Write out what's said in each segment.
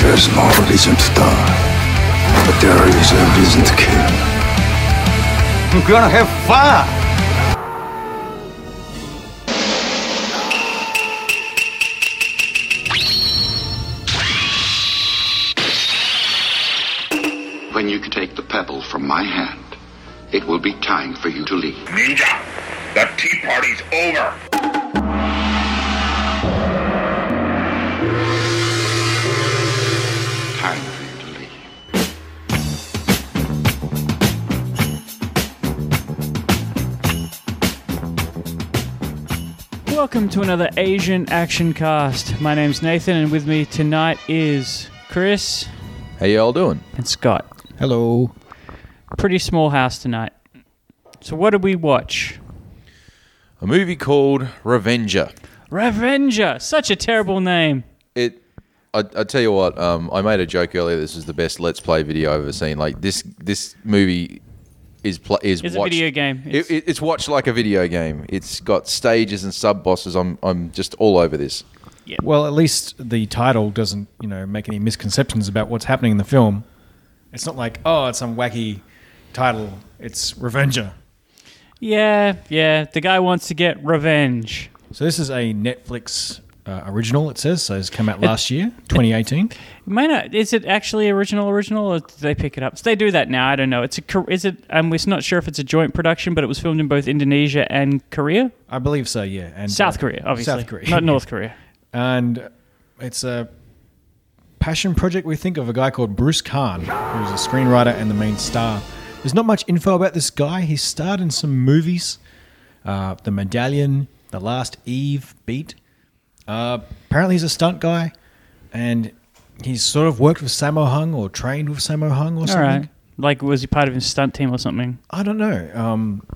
There is no reason to die, but there is a reason to kill. I'm gonna have fun! When you take the pebble from my hand, it will be time for you to leave. Ninja, the tea party's over. Time for you to leave. Welcome to another Asian Action Cast. My name's Nathan, and with me tonight is Chris How y'all doing? and Scott. Hello. Pretty small house tonight. So, what did we watch? A movie called Revenger. Revenger! Such a terrible name. It. I, I tell you what. Um, I made a joke earlier. This is the best Let's Play video I've ever seen. Like this. This movie is pl- is It's a watched, video game. It's, it, it's watched like a video game. It's got stages and sub bosses. I'm I'm just all over this. Well, at least the title doesn't, you know, make any misconceptions about what's happening in the film. It's not like, oh, it's some wacky title. It's Revenger. Yeah, yeah. The guy wants to get revenge. So this is a Netflix uh, original. It says so. It's come out last year, 2018. It May not. Is it actually original? Original? Or did they pick it up? They do that now. I don't know. It's a. Kor- Is it? I'm just not sure if it's a joint production, but it was filmed in both Indonesia and Korea, I believe so. Yeah, and uh, South Korea, obviously, South Korea, not North Korea. And it's a passion project. We think of a guy called Bruce Kahn, who's a screenwriter and the main star. There's not much info about this guy. He starred in some movies, uh, The Medallion, The Last Eve, Beat. Uh, apparently, he's a stunt guy, and he's sort of worked with Sammo Hung or trained with Sammo Hung or All something. right. Like, was he part of his stunt team or something? I don't know. Um,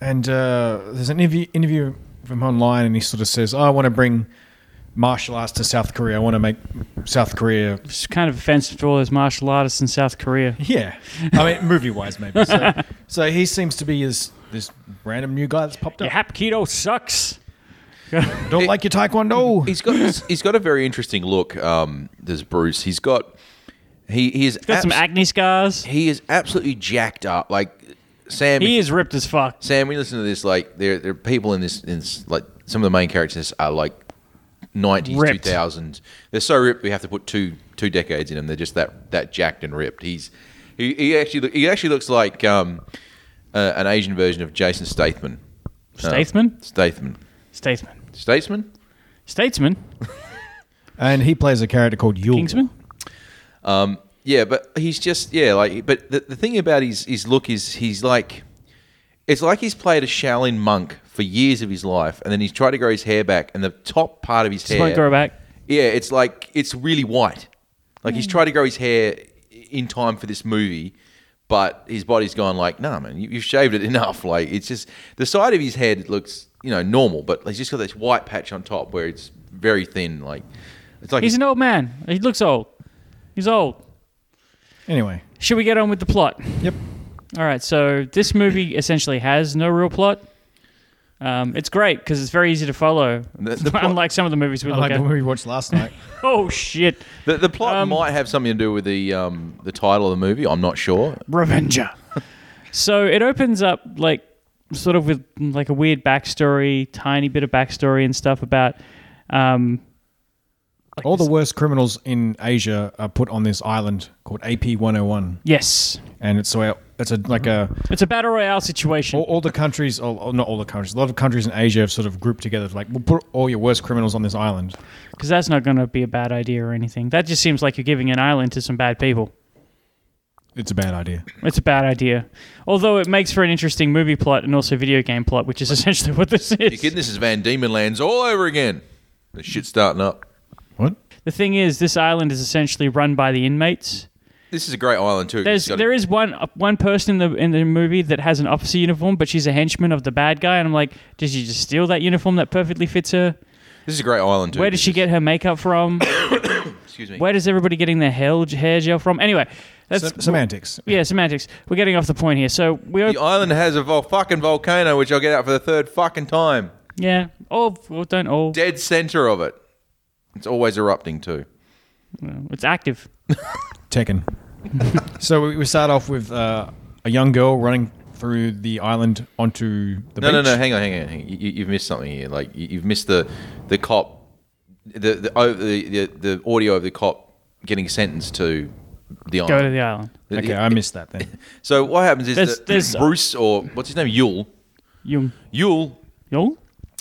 and uh, there's an interview, interview of him online, and he sort of says, oh, "I want to bring martial arts to South Korea. I want to make South Korea." It's kind of offensive to all those martial artists in South Korea. Yeah, I mean, movie-wise, maybe. So, so he seems to be this this random new guy that's popped up. Hap Keto sucks. Don't like your taekwondo. He's got this, he's got a very interesting look. Um, there's Bruce. He's got he he is Got some abs- acne scars. he is absolutely jacked up. Like Sam. He is ripped as fuck. Sam, when you listen to this, like there, there are people in this, in s- like some of the main characters are like nineties, two Ripped. thousands. They're so ripped we have to put two two decades in them. They're just that that jacked and ripped. He's he, he actually loo- he actually looks like um, uh, an Asian version of Jason Statham. Statesman? Statham. Statesman. Statesman. Statesman? And he plays a character called Yul. Kingsman? Yeah, but he's just yeah, like but the, the thing about his his look is he's like it's like he's played a Shaolin monk for years of his life and then he's tried to grow his hair back and the top part of his Just hair won't grow back. Yeah, it's like it's really white. Like Hmm. he's tried to grow his hair in time for this movie, but his body's gone like, nah, man, you, you've shaved it enough. Like it's just the side of his head looks, you know, normal, but he's just got this white patch on top where it's very thin. Like it's like He's an old man. He looks old. He's old. Anyway, Should we get on with the plot? yep. All right, so this movie essentially has no real plot. Um, it's great because it's very easy to follow, The- the plot- unlike some of the movies we I look like at. the movie we watched last night. Oh shit, The, the plot Um, might have something to do with the um, the title of the movie. I'm not sure. Revenger. so it opens up like sort of with like a weird backstory, tiny bit of backstory and stuff about. Um, All the worst criminals in Asia are put on this island called AP 101, yes, and it's so it's a like a it's a battle royale situation. all, all the countries, all, all- not all the countries, a lot of countries in Asia have sort of grouped together. Like, we'll put all your worst criminals on this island. Because that's not going to be a bad idea or anything. That just seems like you're giving an island to some bad people. It's a bad idea. It's a bad idea. Although it makes for an interesting movie plot and also video game plot, which is essentially what this You is. kidding? This is Van Diemen's Lands all over again. The shit's starting up. What? The thing is, this island is essentially run by the inmates. This is a great island too. There's It's got a- there is one uh, one person in the in the movie that has an officer uniform, but she's a henchman of the bad guy, and I'm like, did she just steal that uniform that perfectly fits her? This is a great island too. Where did she get her makeup from? Excuse me. Where is everybody getting their hair, hair gel from? Anyway, that's Sem- semantics. yeah semantics. We're getting off the point here. So we are The island has a vol- fucking volcano, which I'll get out for the third fucking time. yeah all well, don't all Dead center of it. It's always erupting too. Well, it's active. Taken. so we, we start off with uh, a young girl running through the island onto the No, beach. no, no. Hang on, hang on. Hang on. You, you- you've missed something here. Like you, you've missed the the cop, the the, over the the the audio of the cop getting sentenced to the Go to island. the island. Okay, I missed that then. So what happens is There's- that there's- Bruce or what's his name Yule Jung. Yule. Jung?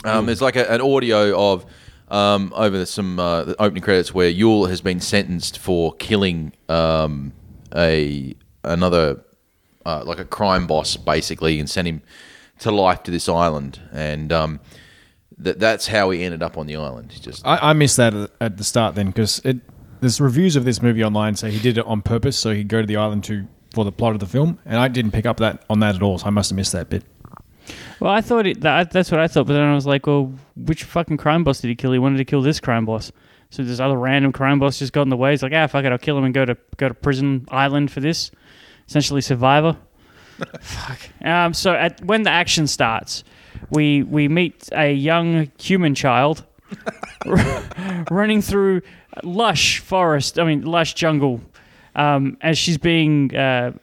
Um, it's like a, an audio of um, over some uh, the opening credits where Yule has been sentenced for killing um, a another uh, like a crime boss basically and sent him to life to this island and um, that that's how he ended up on the island. He just I, I missed that at- at the start then because it there's reviews of this movie online say he did it on purpose so he'd go to the island to for the plot of the film and I didn't pick up that on that at all so I must have missed that bit. Well, I thought it, that, that's what I thought, but then I was like, well, which fucking crime boss did he kill? He wanted to kill this crime boss. So this other random crime boss just got in the way. He's like, ah, fuck it, I'll kill him and go to go to prison island for this. Essentially, survivor. fuck. Um, so at, when the action starts, we we meet a young human child running through lush forest. I mean, lush jungle. Um, as she's being uh,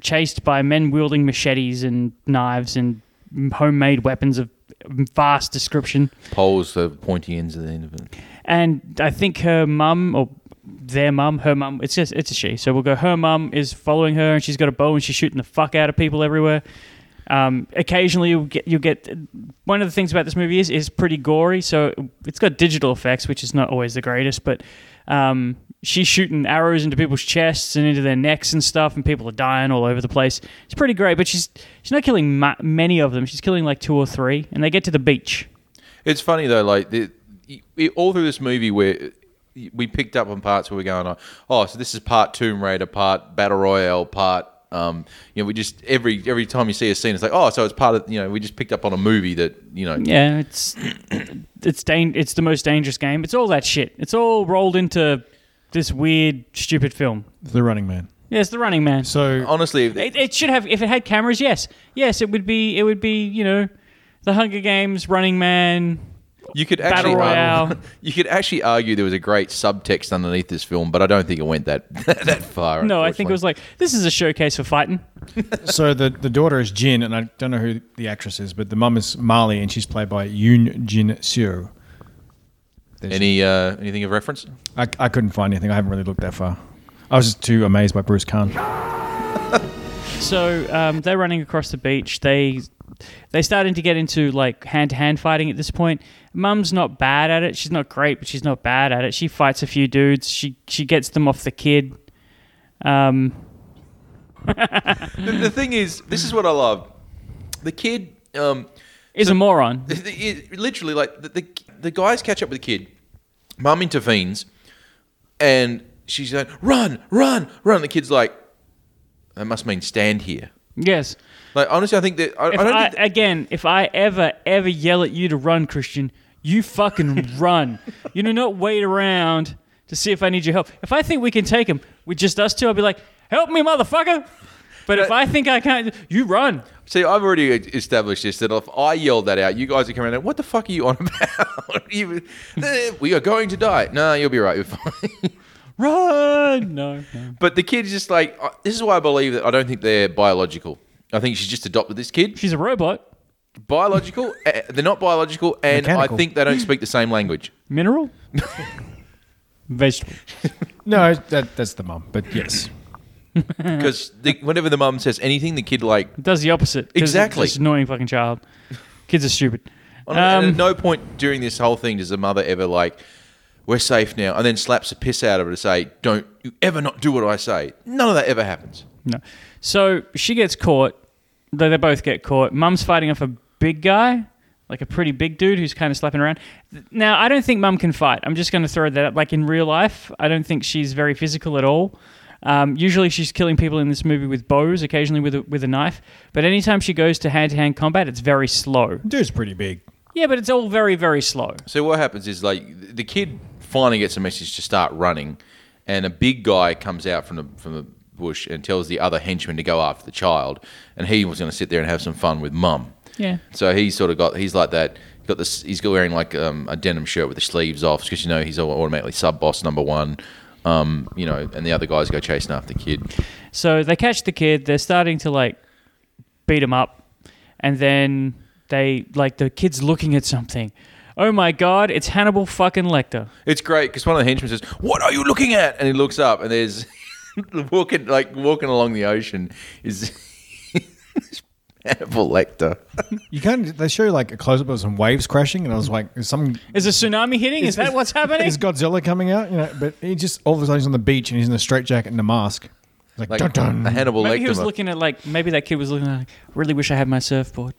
chased by men wielding machetes and knives and homemade weapons of vast description. poles the pointy ends at the end of it. And I think her mum or their mum, her mum, it's just it's a she. So we'll go. Her mum is following her, and she's got a bow, and she's shooting the fuck out of people everywhere. Um, occasionally, you'll get you'll get one of the things about this movie is is pretty gory. So it's got digital effects, which is not always the greatest, but um, she's shooting arrows into people's chests and into their necks and stuff, and people are dying all over the place. It's pretty great, but she's she's not killing ma- many of them. She's killing like two or three, and they get to the beach. It's funny though, like the, it, all through this movie where we picked up on parts where we're going, oh, so this is part Tomb Raider, part Battle Royale, part. Um, you know, we just every every time you see a scene, it's like, oh, so it's part of you know, we just picked up on a movie that you know, Yeah, it's it's dang- it's the most dangerous game. It's all that shit. It's all rolled into this weird, stupid film. The Running Man. Yeah, it's the Running Man. So honestly, It, it should have if it had cameras. Yes, yes, it would be. It would be you know, the Hunger Games, Running Man. you could Battle actually Royale. you could actually argue there was a great subtext underneath this film, but I don't think it went that that far. No, I think it was like this is a showcase for fighting. so the, the daughter is Jin and I don't know who the actress is but the mum is Marley and she's played by Yoon Jin Seo. unfortunately. any uh, anything of reference. I, I couldn't find anything. I haven't really looked that far. I was just too amazed by Bruce Kahn. So um, they're running across the beach. They they starting to get into like hand to hand fighting at this point. Mum's not bad at it. She's not great, but she's not bad at it. She fights a few dudes. She she gets them off the kid. Um, The, the thing is, this is what I love. The kid, um, is a moron. The- the- it- literally like the, the the guys catch up with the kid mum intervenes and she's like run run run the kid's like that must mean stand here Yes. like honestly i think that i, I If don't I, think that- again, if I ever ever yell at you to run, Christian, you fucking run. You do not wait around to see if I need your help. If I think we can take him with just us two, I'll be like, "Help me, motherfucker!" But if I think I can't, you run. see i've already e, established this that if i yelled that out you guys are coming out what the fuck are you on about You- "Eh, we are going to die no you'll be right you're fine Run! No, no. but the kid's just like I- this is why i believe that i don't think they're biological i think she's just adopted this kid She's a robot. biological. uh, they're not biological, and Mechanical. I think they don't speak the same language. Mineral? Vegetable. No, that, that's the mum. But yes, Because whenever the mum says anything, the kid like It does the opposite. 'cause Exactly. It's this annoying fucking child. Kids are stupid. on- and Um, at no point during this whole thing does the mother ever like we're safe now, and then slaps the piss out of her to say don't you ever not do what I say. None of that ever happens. No. So she gets caught. They, they both get caught. Mum's fighting off a big guy, like a pretty big dude who's kind of slapping around. Now, I don't think Mum can fight. I'm just going to throw that up. Like in real life, I don't think she's very physical at all. Um, usually, she's killing people in this movie with bows, occasionally with a, with a knife. But anytime she goes to hand to hand combat, it's very slow. dude's pretty big. Yeah, but it's all very, very slow. So what happens is like the kid finally gets a message to start running, and a big guy comes out from the from the bush and tells the other henchman to go after the child, and he was going to sit there and have some fun with mum. Yeah. So he's sort of got he's like that. He's got this. He's got wearing like um, a denim shirt with the sleeves off because you know he's automatically sub boss number one. Um, you know, and the other guys go chasing after the kid. So they catch the kid. They're starting to like beat him up, and then they like the kid's looking at something. Oh my god! It's Hannibal fucking Lecter. It's great because one of the henchmen says, "What are you looking at?" And he looks up, and there's walking like walking along the ocean is Hannibal Lecter. You can't. They show you like a close up of some waves crashing, and I was like, "Is some Is a tsunami hitting? Is, that what's happening? Is Godzilla coming out?" You know, but he just all of a sudden he's on the beach and he's in a straitjacket and a mask. It's like, Like dun dun. a Hannibal Maybe Lecter. he was looking at like maybe that kid was looking at like, really wish I had my surfboard.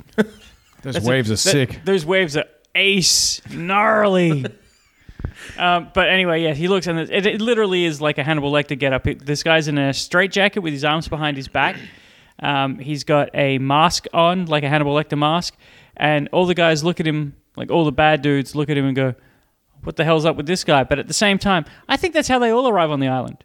Those waves are Th- sick. Those waves are ace gnarly. um, but anyway, yeah, he looks and it, it literally is like a Hannibal Lecter get up. It- this guy's in a straight jacket with his arms behind his back. Um, he's got a mask on, like a Hannibal Lecter mask, and all the guys look at him, like all the bad dudes look at him and go, "What the hell's up with this guy?" But at the same time, I think that's how they all arrive on the island.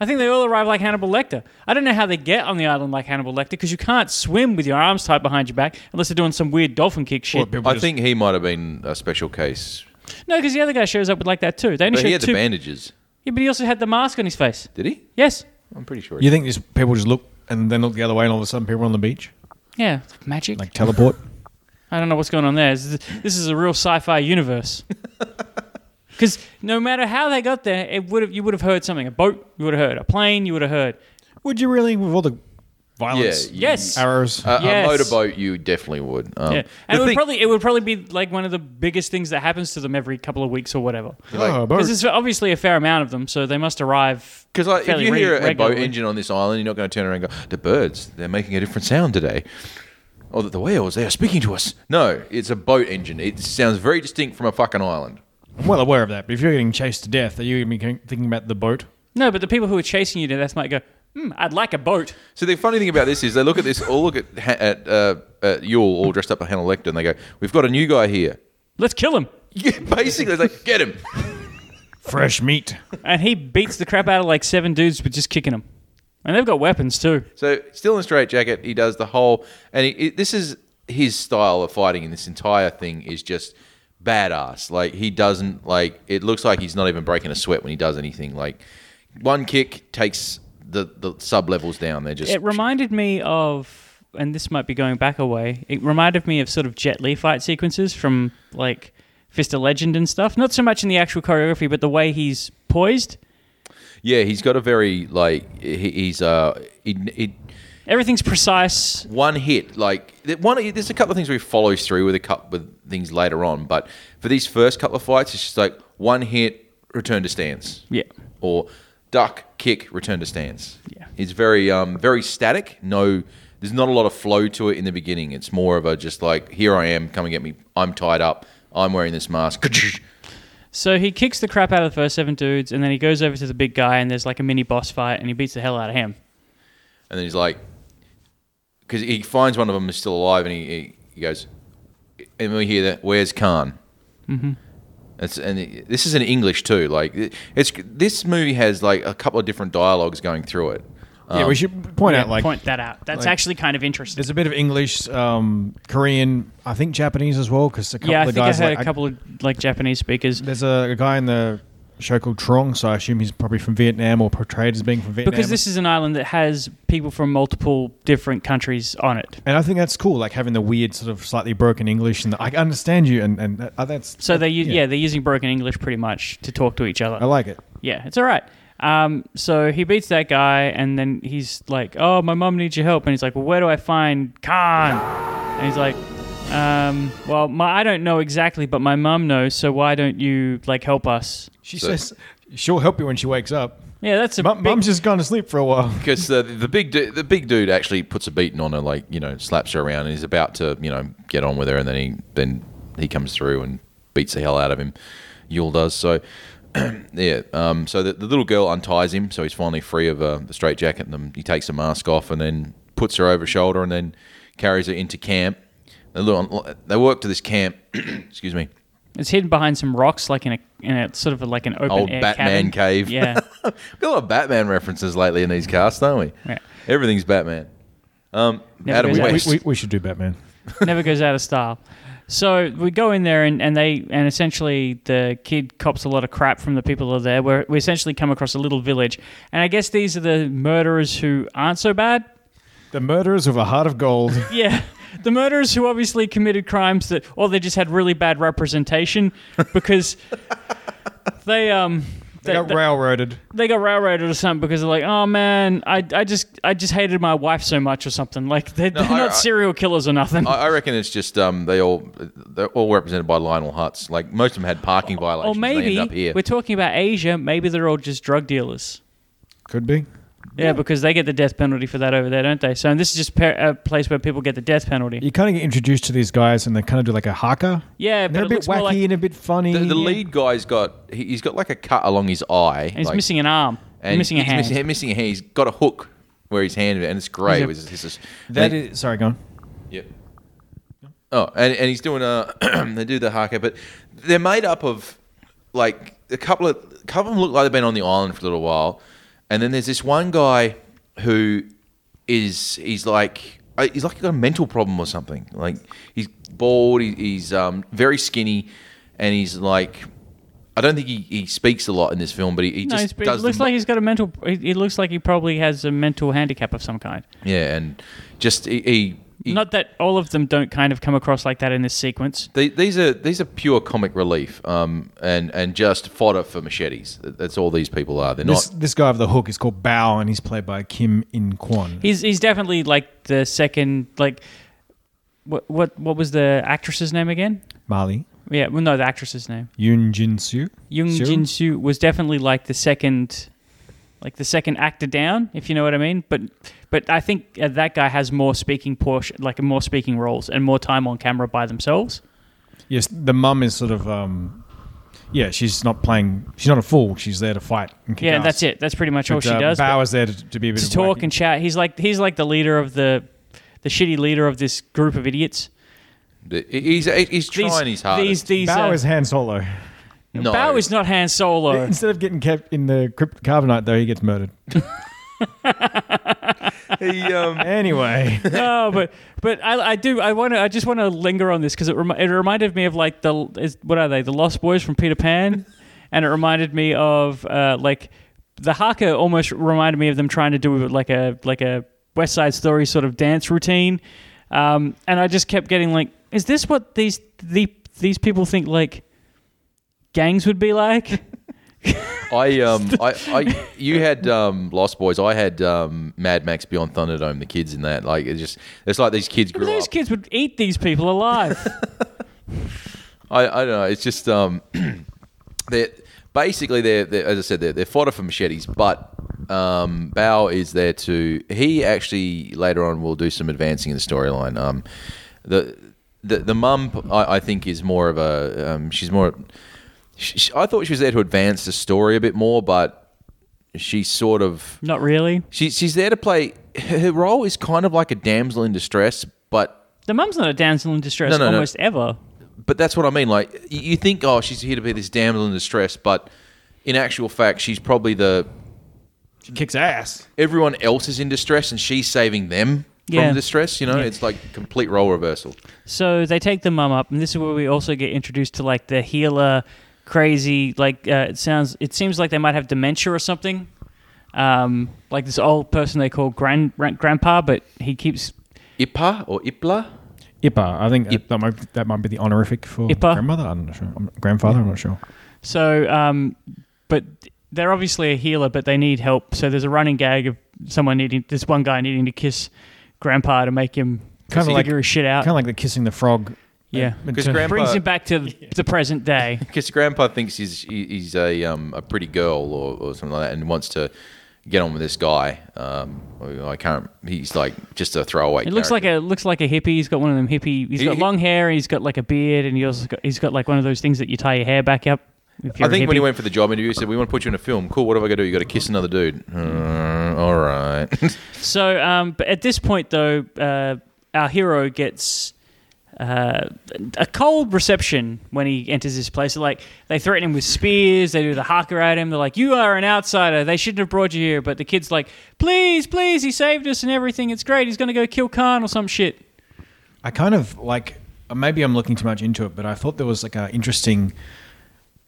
I think they all arrive like Hannibal Lecter. I don't know how they get on the island like Hannibal Lecter because you can't swim with your arms tied behind your back unless they're doing some weird dolphin kick shit. No, 'cause I think he might have been a special case, no, because the other guy shows up with like that too. They only but showed he had two. the bandages. Yeah, but he also had the mask on his face. Did he? Yes. I'm pretty sure. You think these people just look and then look the other way, and all of a sudden people are on the beach, Yeah, it's magic. like teleport. I don't know what's going on there. This is- this is a real sci-fi universe. Because no matter how they got there, it would have you would have heard something. A boat, you would have heard. A plane, you would have heard. Would you really, with all the yeah. violence, you- Uh, Yes. arrows? A, Yes. a motorboat, you definitely would. Um, Yeah. the And it would thing- probably it would probably be like one of the biggest things that happens to them every couple of weeks or whatever. like- oh, boat. Because there's obviously a fair amount of them, so they must arrive. Because like, if fairly you re- hear a boat regularly. engine on this island, you're not going to turn around and go, the birds, they're making a different sound today. Or that the whales, they are speaking to us. No, it's a boat engine. It sounds very distinct from a fucking island. I'm well aware of that. But if you're getting chased to death, are you going to be thinking about the boat? No, but the people who are chasing you to death might go, hmm, I'd like a boat. So the funny thing about this is they look at this, all look at, Ha- at, uh, at Yule all dressed up like Hannah Lecter and they go, we've got a new guy here. Let's kill him. Yeah, basically, it's like, get him. Fresh meat. And he beats the crap out of like seven dudes with just kicking him. And they've got weapons too. So still in a straight jacket, he does the whole, and he, it, this is his style of fighting. And this entire thing is just badass. Like he doesn't like. It looks like he's not even breaking a sweat when he does anything. Like one kick takes the the sub levels down. They're just It reminded me of, and this might be going back a way, it reminded me of sort of Jet Li fight sequences from like Fist of Legend and stuff. Not so much in the actual choreography, but the way he's poised. yeah. He's got a very like he, he's uh he, he, Everything's pecise. one hit like th- one. There's a couple of things where he follows through with a couple with things later on, but for these first couple of fights, it's just like one hit, return to stance. Yeah. or duck, kick, return to stance. Yeah. It's very um, very static. No there's not a lot of flow to it in the beginning. It's more of a just like here I am, come and get me. I'm tied up. I'm wearing this mask. So he kicks the crap out of the first seven dudes, and then he goes over to the big guy, and there's like a mini boss fight, and he beats the hell out of him. And then he's like, because he finds one of them is still alive, and he, he, he goes, and we hear that, where's Khan? Mm-hmm. It's, and it- this is in English too. Like it- it's this movie has like a couple of different dialogues going through it. yeah, we should point out like Point that out. That's like- actually kind of interesting. there's a bit of English, um, Korean, I think Japanese as well, because a couple Yeah, I of think I guys heard like, a couple of like Japanese speakers There's a, a guy in the show called Trong, so I assume he's probably from Vietnam or portrayed as being from Vietnam. because this is an island that has people from multiple different countries on it. and I think that's cool, like having the weird sort of slightly broken English, and the, I understand you, and and that- uh, that's So they u- yeah. yeah. they're using broken English pretty much to talk to each other. I like it. yeah, it's all right. Um, so he beats that guy, and then he's like, "Oh, my mom needs your help," and he's like, "Well, where do I find Khan?" And he's like, um, "Well, my, I don't know exactly, but my mom knows. So why don't you like help us?" She So- says she'll help you when she wakes up. Yeah, that's a Mum, big- Mum's just gone to sleep for a while. because the, the big du- the big dude actually puts a beating on her, like you know, slaps her around, and he's about to you know get on with her, and then he then he comes through and beats the hell out of him. Yule does so. yeah. Um, so the, the little girl unties him, so he's finally free of uh, the straitjacket, and then he takes the mask off, and then puts her over his shoulder, and then carries her into camp. They, look, they walk to this camp. excuse me. It's hidden behind some rocks, like in a in a sort of like an open Old air cabin. Batman cave. Yeah, Got a lot of Batman references lately in these casts, don't we? Yeah. Everything's Batman. Um, Never Adam goes out. We, West. we, we should do Batman. never goes out of style. So we go in there, and, and they and essentially the kid cops a lot of crap from the people who are there. Where we essentially come across a little village, and I guess these are the murderers who aren't so bad. The murderers of a heart of gold. Yeah. The murderers who obviously committed crimes that, or they just had really bad representation because they um They got railroaded. they got railroaded or something because they're like, oh man, I, I just I just hated my wife so much or something. Like they're, they're I- not I- serial killers or nothing. I, I reckon it's just um, they all they're all represented by Lionel Hutz. Like most of them had parking or violations. and they maybe end up here. we're talking about Asia. Maybe they're all just drug dealers. Could be. Yeah, because they get the death penalty for that over there, don't they? So and this is just per- a place where people get the death penalty. You kind of get introduced to these guys, and they kind of do like a haka. Yeah, And but they're a it bit looks more wacky like- and a bit funny. the, the uh, lead guy's got he, he's got like a cut along his eye. And he's like- missing an arm. and missing a he's hand. Missing, missing a hand. He's got a hook where his hand and it's grey. He's a- It was- it's just- That and- is, sorry, go on. Yep. Oh, and, and he's doing a. they do the haka, but they're made up of like a couple of a couple of them look like they've been on the island for a little while, and then there's this one guy who is he's like uh, he's like got a mental problem or something. Like he's bald, he, he's um, very skinny, and he's like. I don't think he, he speaks a lot in this film, but he, he no, just he's- does it looks the, mo- like he's got a mental. It it looks like he probably has a mental handicap of some kind. yeah, and just he, he, he Not that all of them don't kind of come across like that in this sequence. They, these are these are pure comic relief, um, and and just fodder for machetes. That's all these people are. They're This, not. this guy over the hook is called Bao, and he's played by Kim In Kwon. He's he's definitely like the second like. What what what was the actress's name again? Mali. Yeah, well, no, the actress's name. Yoon Jin Soo. Jung Soo? Jin Soo was definitely like the second, like the second actor down, if you know what I mean. But but I think uh, that guy has more speaking portion, like more speaking roles and more time on camera by themselves. Yes, the mum is sort of. um Yeah, she's not playing. She's not a fool. She's there to fight and kick Yeah, ass. that's it. That's pretty much But, all she uh, does. Bao is there to, to be a bit to of talk wacky. and chat. He's like he's like the leader of the the shitty leader of this group of idiots. He's he's These trying his hardest. these these Bao uh, is Han Solo. no, Bao is not Han Solo. Instead of getting kept in the crypt carbonite, though, he gets murdered. he, um, Anyway, no, but but I, I do I want to I just want to linger on this because it remi- it reminded me of like the is, what are they the Lost Boys from Peter Pan, and it reminded me of uh, like the haka almost reminded me of them trying to do like a like a West Side Story sort of dance routine, um, and I just kept getting like is this what these the these people think like gangs would be like? I um I, I you had um Lost Boys. I had um Mad Max Beyond Thunderdome. The kids in that like it's just it's like these kids grew Those up. kids would eat these people alive. I, I don't know. It's just um, they're basically they're, they're as I said they're, they're fodder for machetes, but um, Bao is there to he actually later on will do some advancing in the storyline. Um, the the the mum I, I think is more of a um, she's more. She, she- I thought she was there to advance the story a bit more, but she sort of Not really. she, she's there to play. Her role is kind of like a damsel in distress, but The mum's not a damsel in distress No, no, no. almost ever. but that's what I mean. Like y- you think, oh, she's here to be this damsel in distress, but in actual fact, she's probably the she kicks ass. everyone else is in distress, and she's saving them Yeah. from distress. You know, Yeah. it's like complete role reversal. So they take the mum up, and this is where we also get introduced to like the healer, crazy. Like uh, it sounds, it seems like they might have dementia or something. Um, like this old person they call grand gran- grandpa, but he keeps Ipa or Ipla? Ipa, I think Ip- that, might, that might be the honorific for Ipa? grandmother. I'm not sure. I'm- grandfather, I'm not sure. so. Um, but they're obviously a healer, but they need help. So there's a running gag of someone needing this one guy needing to kiss grandpa to make him Kinda figure like- his shit out. Kind of like the kissing the frog. yeah, Because Uh, grandpa, brings him back to the present day. because grandpa thinks he's he- he's a um, a pretty girl or, or something like that, and wants to get on with this guy. Um, I can't. He's like just a throwaway. It looks like a looks like a hippie. He's got one of them hippie. He's He- got he- long hair and he's got like a beard and he also got, he's got like one of those things that you tie your hair back up. if I you're a think when he hippie. went for the job interview, he said, "We want to put you in a film. Cool. What have I got to do? You got to kiss another dude. Uh, all right." So, um, but at this point though, uh, our hero gets uh, a cold reception when he enters this place. They're Like they threaten him with spears. They do the haka at him. They're like, "You are an outsider. They shouldn't have brought you here." But the kid's like, "Please, please, he saved us and everything. It's great. He's gonna go kill Khan or some shit." I kind of like uh, maybe I'm looking too much into it, but I thought there was like an interesting.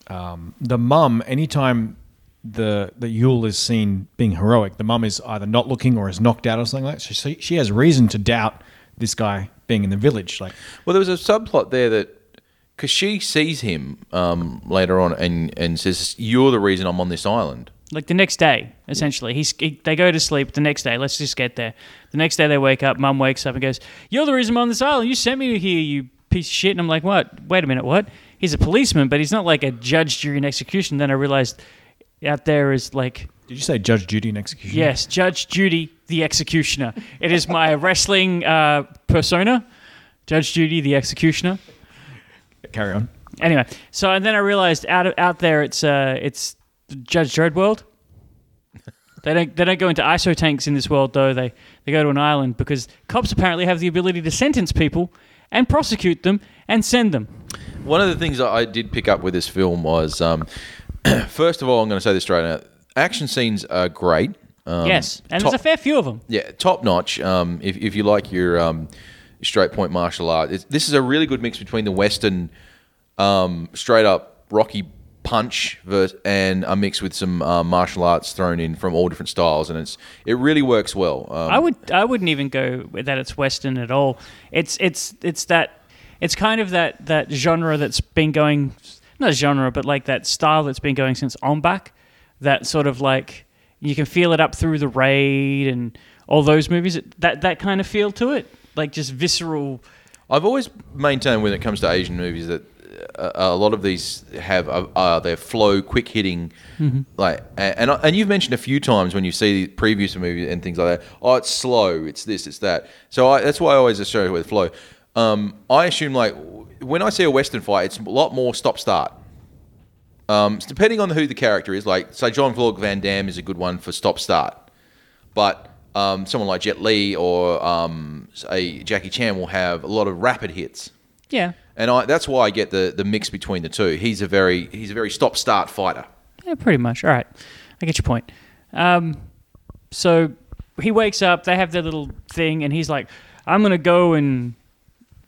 Um, the mum, anytime the the Yule is seen being heroic, the mum is either not looking or is knocked out or something like that. So she, she has reason to doubt this guy being in the village. Like, Well, there was a subplot there that because she sees him um, later on and and says, "You're the reason I'm on this island." Like the next day, essentially, he's he, they go to sleep. The next day, let's just get there. The next day, they wake up. Mum wakes up and goes, "You're the reason I'm on this island. You sent me here, you piece of shit." And I'm like, "What? Wait a minute, what?" He's a policeman, but he's not like a judge, jury, and execution. Then I realized out there is like did you say Judge Judy and execution? Yes, Judge Judy, the executioner. It is my wrestling uh, persona, Judge Judy, the executioner. Carry on. Anyway, so and then I realized out of, out there it's uh, it's Judge Dread world. They don't they don't go into ISO tanks in this world though. They they go to an island because cops apparently have the ability to sentence people and prosecute them and send them. One of the things I I did pick up with this film was, um, first of all, I'm going to say this straight out: action scenes are great. Um, yes, and top- there's a fair few of them. Yeah, top notch. Um, if, if you like your um, straight point martial art, it's, this is a really good mix between the Western um, straight up Rocky punch vers- and a mix with some uh, martial arts thrown in from all different styles, and it's it really works well. Um, I would I wouldn't even go with that it's western at all. It's it's it's that it's kind of that that genre that's been going not genre but like that style that's been going since Ombak. That sort of like you can feel it up through the raid and all those movies. That that kind of feel to it, like just visceral. I've always maintained when it comes to Asian movies that uh, a lot of these have uh, uh, their flow, quick hitting, like a- and and you've mentioned a few times when you see previews of movies and things like that. Oh, it's slow. It's this. It's that. So I, that's why I always associate with flow. Um, I assume like w- when I see a western fight, it's a lot more stop start. Um, it's depending on who the character is, like say John Vlog Van Damme is a good one for stop start, but um, someone like Jet Li or um, say Jackie Chan will have a lot of rapid hits, Yeah, and I, that's why I get the, the mix between the two. He's a very he's a very stop start fighter. Yeah, pretty much. All right, I get your point. Um, so he wakes up. They have their little thing, and he's like, "I'm gonna go and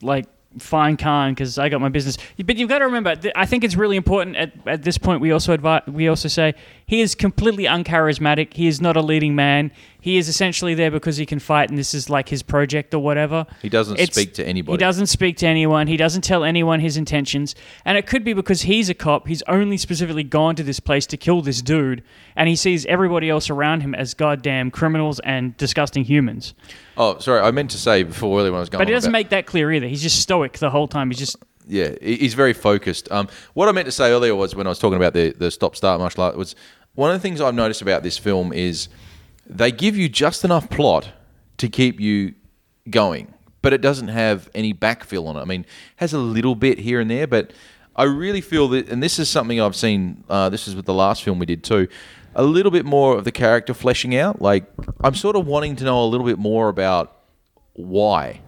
like find Khan because I got my business." But you've got to remember, th- I think it's really important at, at this point. We also advise, we also say he is completely uncharismatic. He is not a leading man. He is essentially there because he can fight, and this is like his project or whatever. He doesn't speak to anybody. He doesn't speak to anyone. He doesn't tell anyone his intentions. And it could be because he's a cop. He's only specifically gone to this place to kill this dude, and he sees everybody else around him as goddamn criminals and disgusting humans. Oh, sorry, I meant to say before earlier when I was going. But he on doesn't about- make that clear either. He's just stoic the whole time. He's just yeah, he- he's very focused. Um, what I meant to say earlier was when I was talking about the, the stop start martial art was one of the things I've noticed about this film is they give you just enough plot to keep you going, but it doesn't have any backfill on it. I mean, it has a little bit here and there, but I really feel that, and this is something I've seen. Uh, this is with the last film we did too. A little bit more of the character fleshing out. Like I'm sort of wanting to know a little bit more about why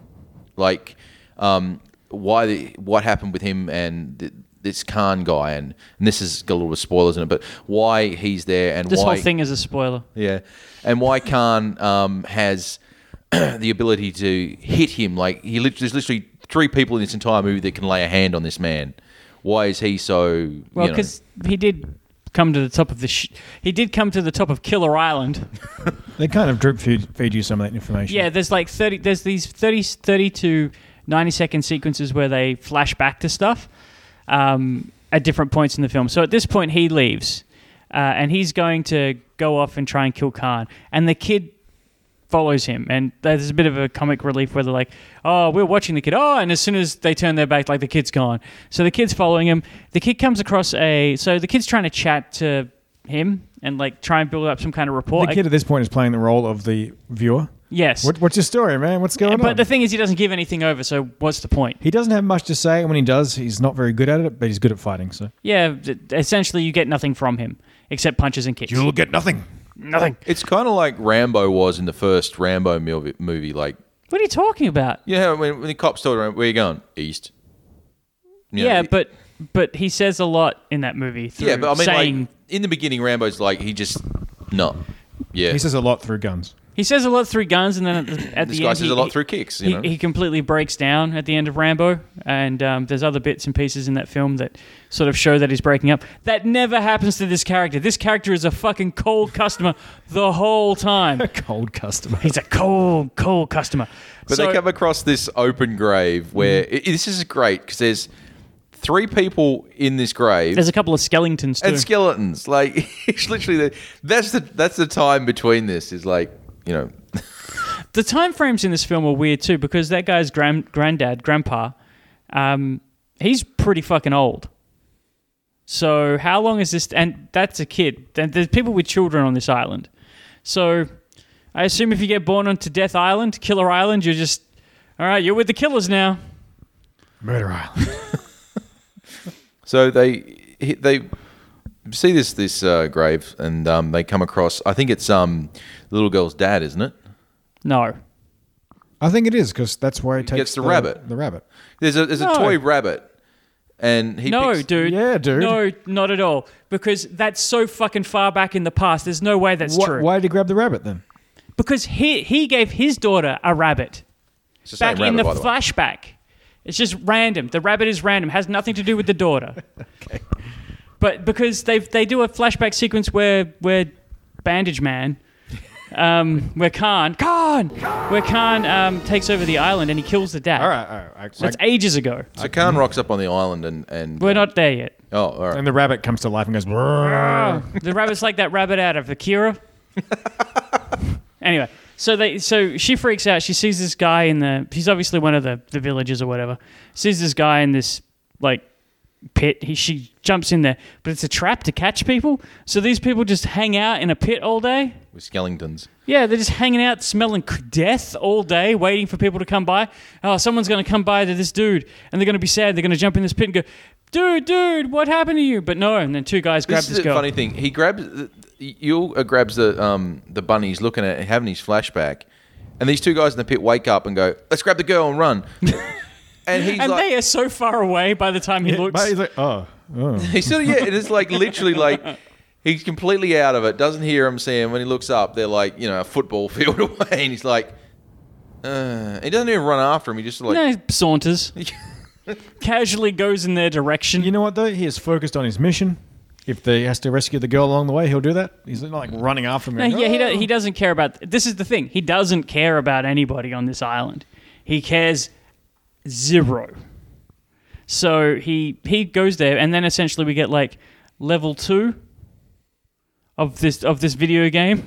like um, why the, what happened with him and th- this Khan guy, and, and this has got a little bit of spoilers in it, but why he's there and this why whole thing is a spoiler. yeah, and why Khan um, has the ability to hit him. Like he lit there's literally three people in this entire movie that can lay a hand on this man. Why is he so? Well, you know- because he did come to the top of the sh- he did come to the top of Killer Island. They kind of drip feed, feed you some of that information. Yeah, there's like 30, there's these 30, 30 to 90 second sequences where they flash back to stuff um, at different points in the film. So at this point, he leaves uh, and he's going to go off and try and kill Khan. And the kid follows him. And there's a bit of a comic relief where they're like, oh, we're watching the kid. Oh, and as soon as they turn their back, like the kid's gone. So the kid's following him. The kid comes across a. So the kid's trying to chat to him and like try and build up some kind of The rapport. kid at this point is playing the role of the viewer. yes. What, what's your story, man? What's Oh, going on? But the thing is, he doesn't give anything over. So what's the point? he doesn't have much to say, and when he does, he's not very good at it, but he's good at fighting. So Yeah, th- essentially, you get nothing from him except punches and kicks. you'll get nothing. nothing. it's kind of like Rambo was in the first Rambo movie. movie like What are you talking about? you know when, when the cops told him where you going east. You know, yeah, it- but but he says a lot in that movie. Through Yeah, but I mean, saying like in the beginning, Rambo's like he just no, yeah, He says a lot through guns. He says a lot through guns, and then at the, at This the guy end, says he- a lot through kicks, you he, know. he completely breaks down at the end of Rambo, and um, there's other bits and pieces in that film that sort of show that he's breaking up. That never happens to this character. This character is a fucking cold customer the whole time. Cold customer. He's a cold, cold customer. But So- they come across this open grave where i this is great because there's three people in this grave there's a couple of skeletons too. and skeletons. Like it's literally the, that's the that's the time between this is like you know the time frames in this film are weird too because that guy's grand granddad, grandpa, um, he's pretty fucking old. So how long is this? And that's a kid. And there's people with children on this island. So I assume if you get born onto Death Island, Killer Island, you're just all right. You're with the killers now. Murder Island. so they they see this this uh, grave and um, they come across I think it's um the little girl's dad isn't it No, I think it is because that's where he takes gets the rabbit. The rabbit. there's a there's No. a toy rabbit and he no, picks, dude. Yeah, dude. No, not at all. Because that's so fucking far back in the past. There's no way that's Why- true. Why did he grab the rabbit then? Because he he gave his daughter a rabbit. it's the same back in rabbit, the by way. flashback. It's just random. The rabbit is random. Has nothing to do with the daughter. okay. But because they they do a flashback sequence where where Bandage Man, um, where Khan Khan, where Khan um, takes over the island and he kills the dad. All right, all right. I- That's ages ago. So Khan rocks up on the island and and We're not there yet. oh all right. and the rabbit comes to life and goes. "Brrr." the rabbit's like that rabbit out of Akira. anyway, so they so she freaks out. She sees this guy in the he's obviously one of the the villagers or whatever. Sees this guy in this like pit. He she jumps in there, but it's a trap to catch people. So these people just hang out in a pit all day. with skeletons. Yeah, they're just hanging out, smelling c- death all day, waiting for people to come by. Oh, someone's going to come by to this dude, and they're going to be sad. They're going to jump in this pit and go, "Dude, dude, what happened to you?" But no, and then two guys grab This this, is the girl. funny thing. He grabs Yul uh, grabs the um the bunny. He's looking at having his flashback, and these two guys in the pit wake up and go, "Let's grab the girl and run." and he's and like, they are so far away by the time he looks. But he's like, oh, he's sort of yeah. It is like literally like. He's completely out of it. Doesn't hear him, see him. When he looks up, they're like, you know, a football field away, and he's like, uh, he doesn't even run after him. He just like, no, he saunters. Casually goes in their direction. you know what though? He is focused on his mission. If they has to rescue the girl along the way, he'll do that. He's not like running after me. No, yeah, he, does. do, he doesn't care about. This is the thing. He doesn't care about anybody on this island. He cares zero. So he he goes there, and then essentially we get like level two of this of this video game.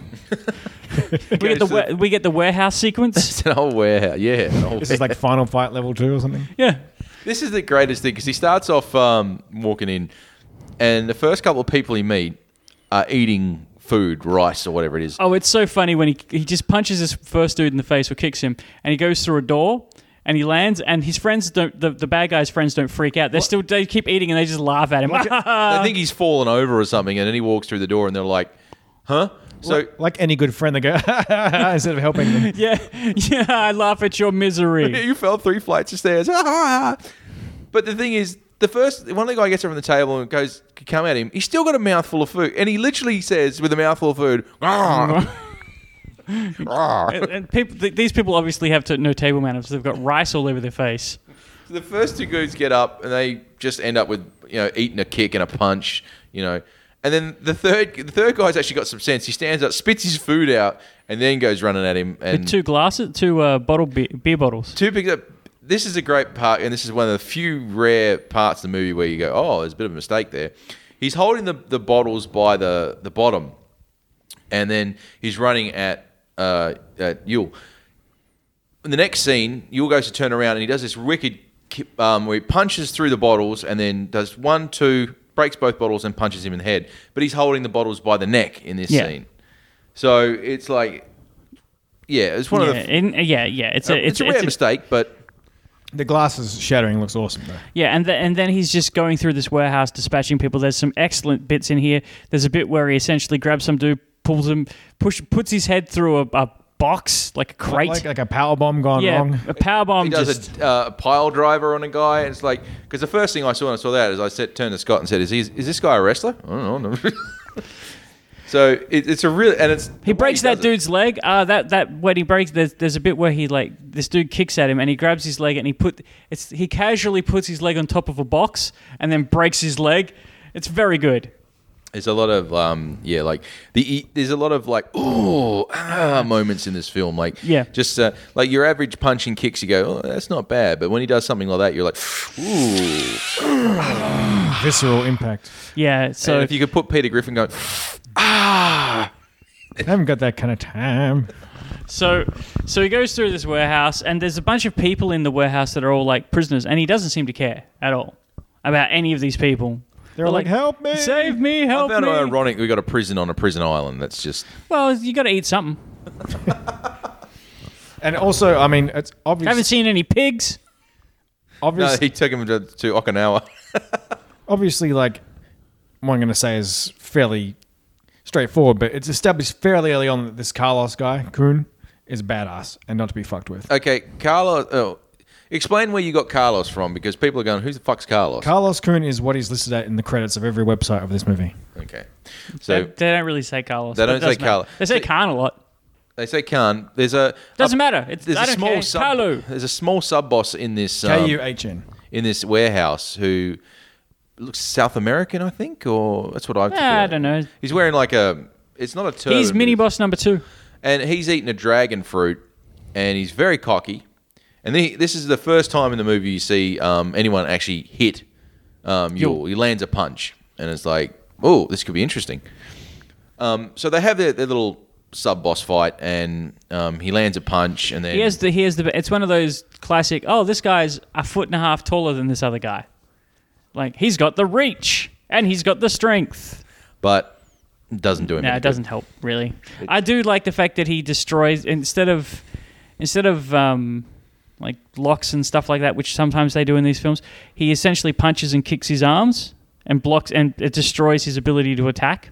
we get the Goes to wa- we get the warehouse sequence. it's an old warehouse. Yeah, an old This is like Final Fight level two or something. yeah, This is the greatest thing because he starts off um, walking in, and the first couple of people he meet are eating food, rice or whatever it is. Oh, it's so funny when he he just punches this first dude in the face or kicks him, and he goes through a door and he lands, and his friends don't the, the bad guy's friends don't freak out. They still they keep eating and they just laugh at him. they think he's fallen over or something, and then he walks through the door, and they're like, "Huh?" So Like any good friend, they go instead of helping them. yeah, yeah, I laugh at your misery. you fell three flights of stairs. but the thing is, the first one of the guy gets up on the table and goes, "Come at him." He's still got a mouthful of food, and he literally says, with a mouthful of food, "Ah." "Rah." Rah. and people, th- these people obviously have to, no table manners. They've got rice all over their face. The first two dudes get up and they just end up with you know eating a kick and a punch, you know. And then the third the third guy's actually got some sense. He stands up, spits his food out, and then goes running at him. And Two glasses, two uh, bottle be- beer bottles. two picked up. This is a great part, and this is one of the few rare parts of the movie where you go, "Oh, there's a bit of a mistake there." He's holding the, the bottles by the the bottom, and then he's running at uh, at Yule. In the next scene, Yule goes to turn around, and he does this wicked ki- um, where he punches through the bottles, and then does one, two, breaks both bottles, and punches him in the head. But he's holding the bottles by the neck in this Yeah. scene, so it's like, yeah, it's one Yeah, of the. Uh, and- yeah, yeah. It's a it's, a rare mistake, but The glasses shattering looks awesome though. Yeah, and th- and then he's just going through this warehouse dispatching people. There's some excellent bits in here. There's a bit where he essentially grabs some dude, pulls him, push, puts his head through a, a box like a crate. Like like a power bomb gone yeah, wrong. a power bomb. he does Just a, uh, a pile driver on a guy, and it's like because the first thing I saw when I saw that is I said, turned to Scott and said, "Is he, is this guy a wrestler?" I don't know. So it, it's a real and it's He breaks the way that does it. dude's leg. Uh, that that when he breaks, there's there's a bit where he like this dude kicks at him and he grabs his leg and he put it's he casually puts his leg on top of a box and then breaks his leg. It's very good. There's a lot of um, yeah, like the there's a lot of like oh ah moments in this film, like Yeah. just uh, like your average punch and kicks, you go, oh, that's not bad, but when he does something like that, you're like, ooh. Visceral impact. Yeah. So and if you could put Peter Griffin going, I haven't got that kind of time. So, so he goes through this warehouse, and there's a bunch of people in the warehouse that are all like prisoners, and he doesn't seem to care at all about any of these people. They're all like, "Help me!" save me, I help found it me." ironic we got a prison on a prison island. That's just Well, you got to eat something. And also, I mean, it's obvious. Haven't seen any pigs. no. obvious He took him to, to Okinawa. obviously, like, what I'm going to say is fairly straightforward, but it's established fairly early on that this Carlos guy, Kuhn, is badass and not to be fucked with. Okay, Carlos. Oh, explain where you got Carlos from because people are going, who the fuck's Carlos? Carlos Kuhn is what he's listed at in the credits of every website of this movie. okay, They, so they don't really say Carlos. They but don't it does say matter. Carlos. They say See- Khan a lot. they say Khan. There's a Doesn't a- matter. It's- there's I a don't small care. sub. Carlo. There's a small sub boss in this. Um, K U H N. in this warehouse who looks South American, I think, or that's what I've. Yeah, Ah, I don't know. He's wearing like a. It's not a turban. He's but mini it's- boss number two. and he's eating a dragon fruit, and he's very cocky. And then he, this is the first time in the movie you see um, anyone actually hit um, Yule. He lands a punch, and it's like, oh, this could be interesting. Um, so they have their, their little sub boss fight, and um, he lands a punch, and then He has the he has the. It's one of those classic. Oh, this guy's a foot and a half taller than this other guy. Like he's got the reach and he's got the strength. but doesn't do him. No, any it good. doesn't help really. I do like the fact that he destroys instead of instead of um, like locks and stuff like that, which sometimes they do in these films. He essentially punches and kicks his arms and blocks, and it destroys his ability to attack.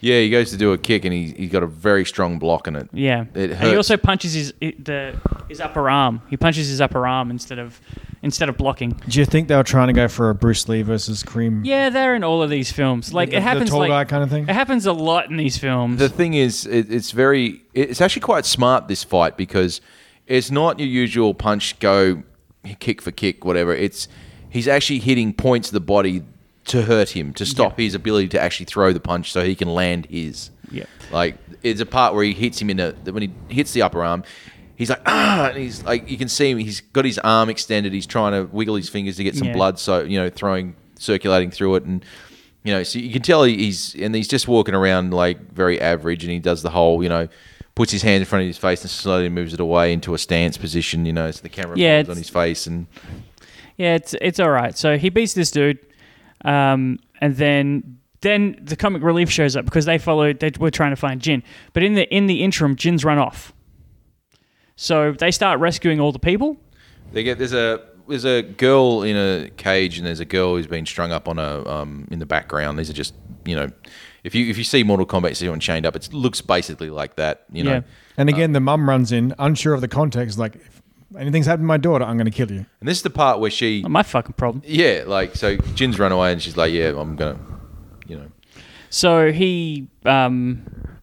Yeah, he goes to do a kick and he he's got a very strong block in it. Yeah, And It he hurts. also punches his it- the his upper arm. He punches his upper arm instead of instead of blocking. Do you think they were trying to go for a Bruce Lee versus Cream? Yeah, they're in all of these films. Like The- it the happens tall like guy kind of thing? It happens a lot in these films. The thing is, it, it's very it's actually quite smart this fight because it's not your usual punch go kick for kick whatever. It's he's actually hitting points of the body to hurt him to stop his ability to actually throw the punch so he can land his. Yeah. Like it's a part where he hits him in the when he hits the upper arm. He's like ah, and he's like you can see him. He's got his arm extended. He's trying to wiggle his fingers to get some Yeah. blood, so you know, throwing circulating through it, and you know, so you can tell he- he's and he's just walking around like very average, and he does the whole, you know, puts his hand in front of his face and slowly moves it away into a stance position, you know, so the camera Yeah, follows on it's- his face, and Yeah, it's it's all right. So he beats this dude, um, and then then the comic relief shows up because they followed. They were trying to find Jin, but in the in the interim, Jin's run off. So they start rescuing all the people. they get there's a there's a girl in a cage, and there's a girl who's been strung up on a um in the background. These are just you know, if you if you see Mortal Kombat, you see someone chained up. It looks basically like that, you know. Yeah. And again, the mum runs in, unsure of the context, like, if anything's happened to my daughter, I'm going to kill you. And this is the part where she My fucking problem. Yeah, like so Jin's run away and she's like, Yeah, I'm gonna you know. So he, um,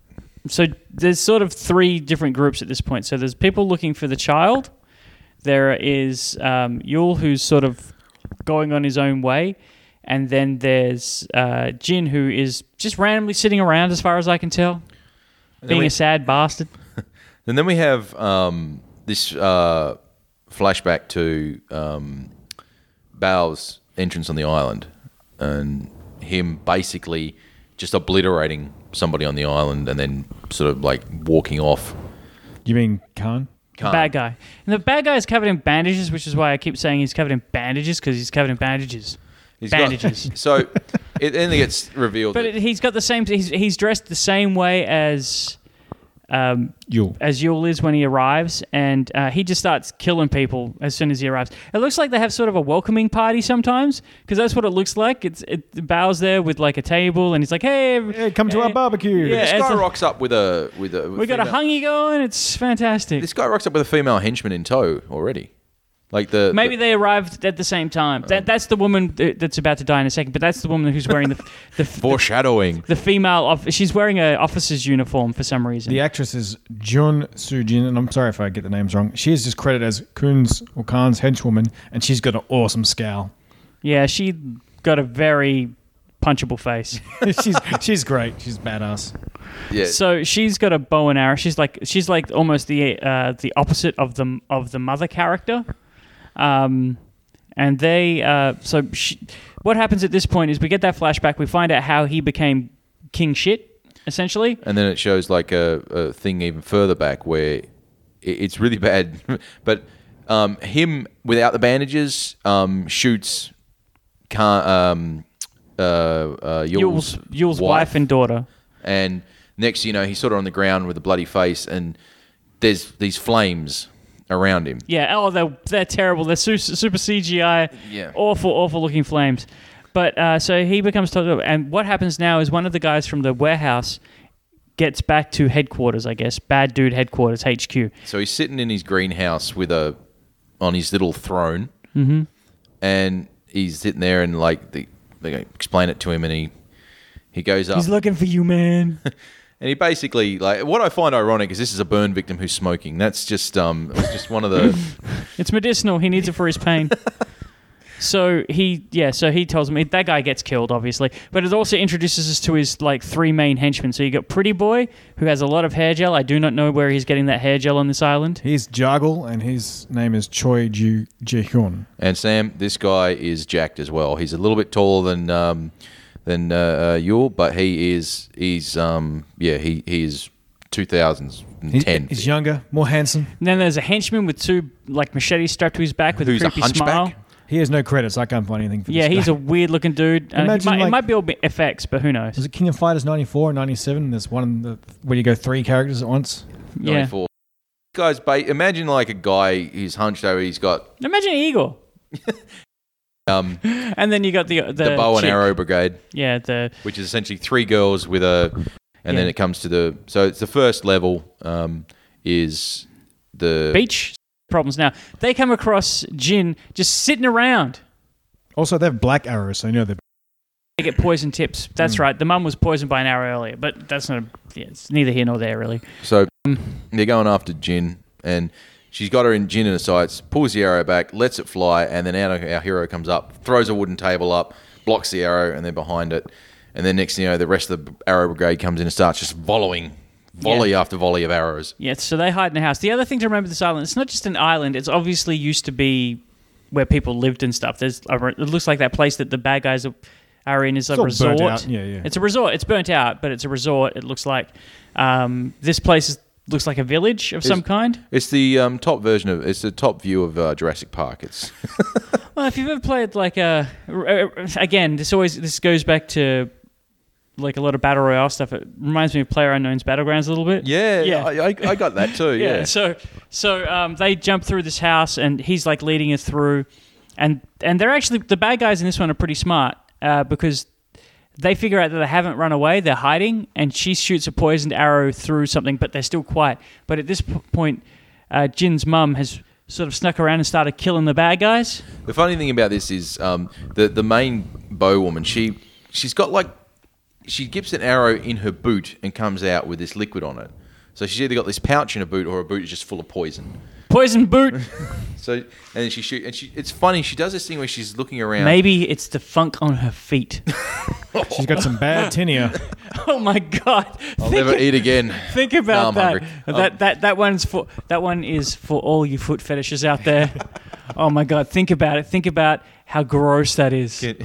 so there's sort of three different groups at this point. So there's people looking for the child. There is um, Yul, who's sort of going on his own way, and then there's uh, Jin, who is just randomly sitting around, as far as I can tell, being we- a sad bastard. And then we have um this uh flashback to um Bao's entrance on the island and him basically just obliterating somebody on the island and then sort of like walking off. You mean Khan? The Bad guy, and the bad guy is covered in bandages, which is why I keep saying he's covered in bandages because he's covered in bandages. He's got- bandages. so it then it gets revealed but that- it, he's got the same. He's, he's dressed the same way as Yule. as Yule is when he arrives, and uh, he just starts killing people as soon as he arrives. It looks like they have sort of a welcoming party sometimes, because that's what it looks like. It's it bows there with like a table, and he's like, "Hey, Hey, come to our barbecue. Eh, Yeah, this it's guy a- rocks up with a with a we got a female- hungy going. It's fantastic." This guy rocks up with a female henchman in tow already. Like the Maybe the- they arrived at the same time. That, that's the woman th- that's about to die in a second, but that's the woman who's wearing the the, the, foreshadowing. the female. Off- she's wearing a officer's uniform for some reason. The actress is Jun Soo-jin, and I'm sorry if I get the names wrong. She is just credited as Kun's or Khan's henchwoman, and she's got an awesome scowl. Yeah, she got a very punchable face. she's she's great. She's badass. yeah. so she's got a bow and arrow. She's like she's like almost the uh, the opposite of the of the mother character. Um, and they uh, so she, what happens at this point is we get that flashback. We find out how he became king shit essentially. and then it shows like a, a thing even further back where it, it's really bad. but um, him without the bandages um, shoots Khan, um, uh, uh, Yule's, Yule's Yule's wife and daughter. and next thing you know he's sort of on the ground with a bloody face and there's these flames around him. Yeah. Oh, they're they're terrible. They're su- super CGI. Yeah. Awful, awful looking flames. But uh, so he becomes total. And what happens now is one of the guys from the warehouse gets back to headquarters. I guess bad dude headquarters HQ. So he's sitting in his greenhouse with a on his little throne, mm-hmm. and he's sitting there and like the, they go, explain it to him, and he he goes up. looking for you, man. And he basically like what I find ironic is this is a burn victim who's smoking. That's just um it's just one of the it's medicinal. He needs it for his pain. So he, yeah. So he tells me that guy gets killed, obviously. But it also introduces us to his like three main henchmen. So you got Pretty Boy, who has a lot of hair gel. I do not know where he's getting that hair gel on this island. He's Jargle, and his name is Choi Ju Jihyun. and Sam this guy is jacked as well. He's a little bit taller than um than uh, uh, Yule, but he is he's um yeah he he is two thousands He- and ten. He's younger, more handsome. And then there's a henchman with two like machetes strapped to his back with Who's a a creepy hunchback? smile. He has no credits. I can't find anything for Yeah, this. he's a weird looking dude. And Imagine, it, might, like- it might be all bit FX, but who knows? Was it King of Fighters 94 and 97? There's one in the, where you go three characters at once. Yeah. 94. Guys, ba- imagine like a guy who's hunched over. He's got Imagine Eagle. um, the, And then you got the the, bow and chick. arrow brigade, Yeah, the which is essentially three girls with a, and then Yeah. it comes to the. So it's the first level um, is the beach problems. Now they come across Jin just sitting around. Also, they have black arrows, so you know they're. They get poison tips. Hmm. That's right. The mum was poisoned by an arrow earlier, but that's not. A, yeah, it's neither here nor there, really. So they're going after Jin, and she's got her in Jin in her sights, pulls the arrow back, lets it fly, and then our, our hero comes up, throws a wooden table up, blocks the arrow, and they're behind it. And then next thing you know, the rest of the arrow brigade comes in and starts just volleying, volley Yeah. after volley of arrows. Yeah, so they hide in the house. The other thing to remember this island, it's not just an island. It's obviously used to be where people lived and stuff. There's, a re- it looks like that place that the bad guys are, are in is a all resort. burnt out. Yeah, yeah. It's a resort. It's burnt out, but it's a resort. It looks like um, this place is, looks like a village of some kind. It's the um, top version of it's the top view of uh, Jurassic Park. It's Well, if you've ever played like a again, this always this goes back to like a lot of battle royale stuff. It reminds me of Player Unknown's Battlegrounds a little bit. yeah, Yeah. I, I, I got that too. yeah. yeah, So so um, they jump through this house, and he's like leading us through, and and they're actually the bad guys in this one are pretty smart uh, because they figure out that they haven't run away, they're hiding, and she shoots a poisoned arrow through something, but they're still quiet. But at this p- point, uh, Jin's mum has sort of snuck around and started killing the bad guys. The funny thing about this is um, the the main bow woman. She she's got like she gives an arrow in her boot and comes out with this liquid on it. So she's either got this pouch in her boot or her boot is just full of poison. Poison boot. So and then she shoot and she. It's funny. She does this thing where she's looking around. Maybe it's the funk on her feet. She's got some bad tenure. oh my god! I'll never eat again. Think about Now I'm that. hungry. That, Um, that that one's for that one is for all you foot fetishes out there. oh my god, think about it. Think about how gross that is. It's,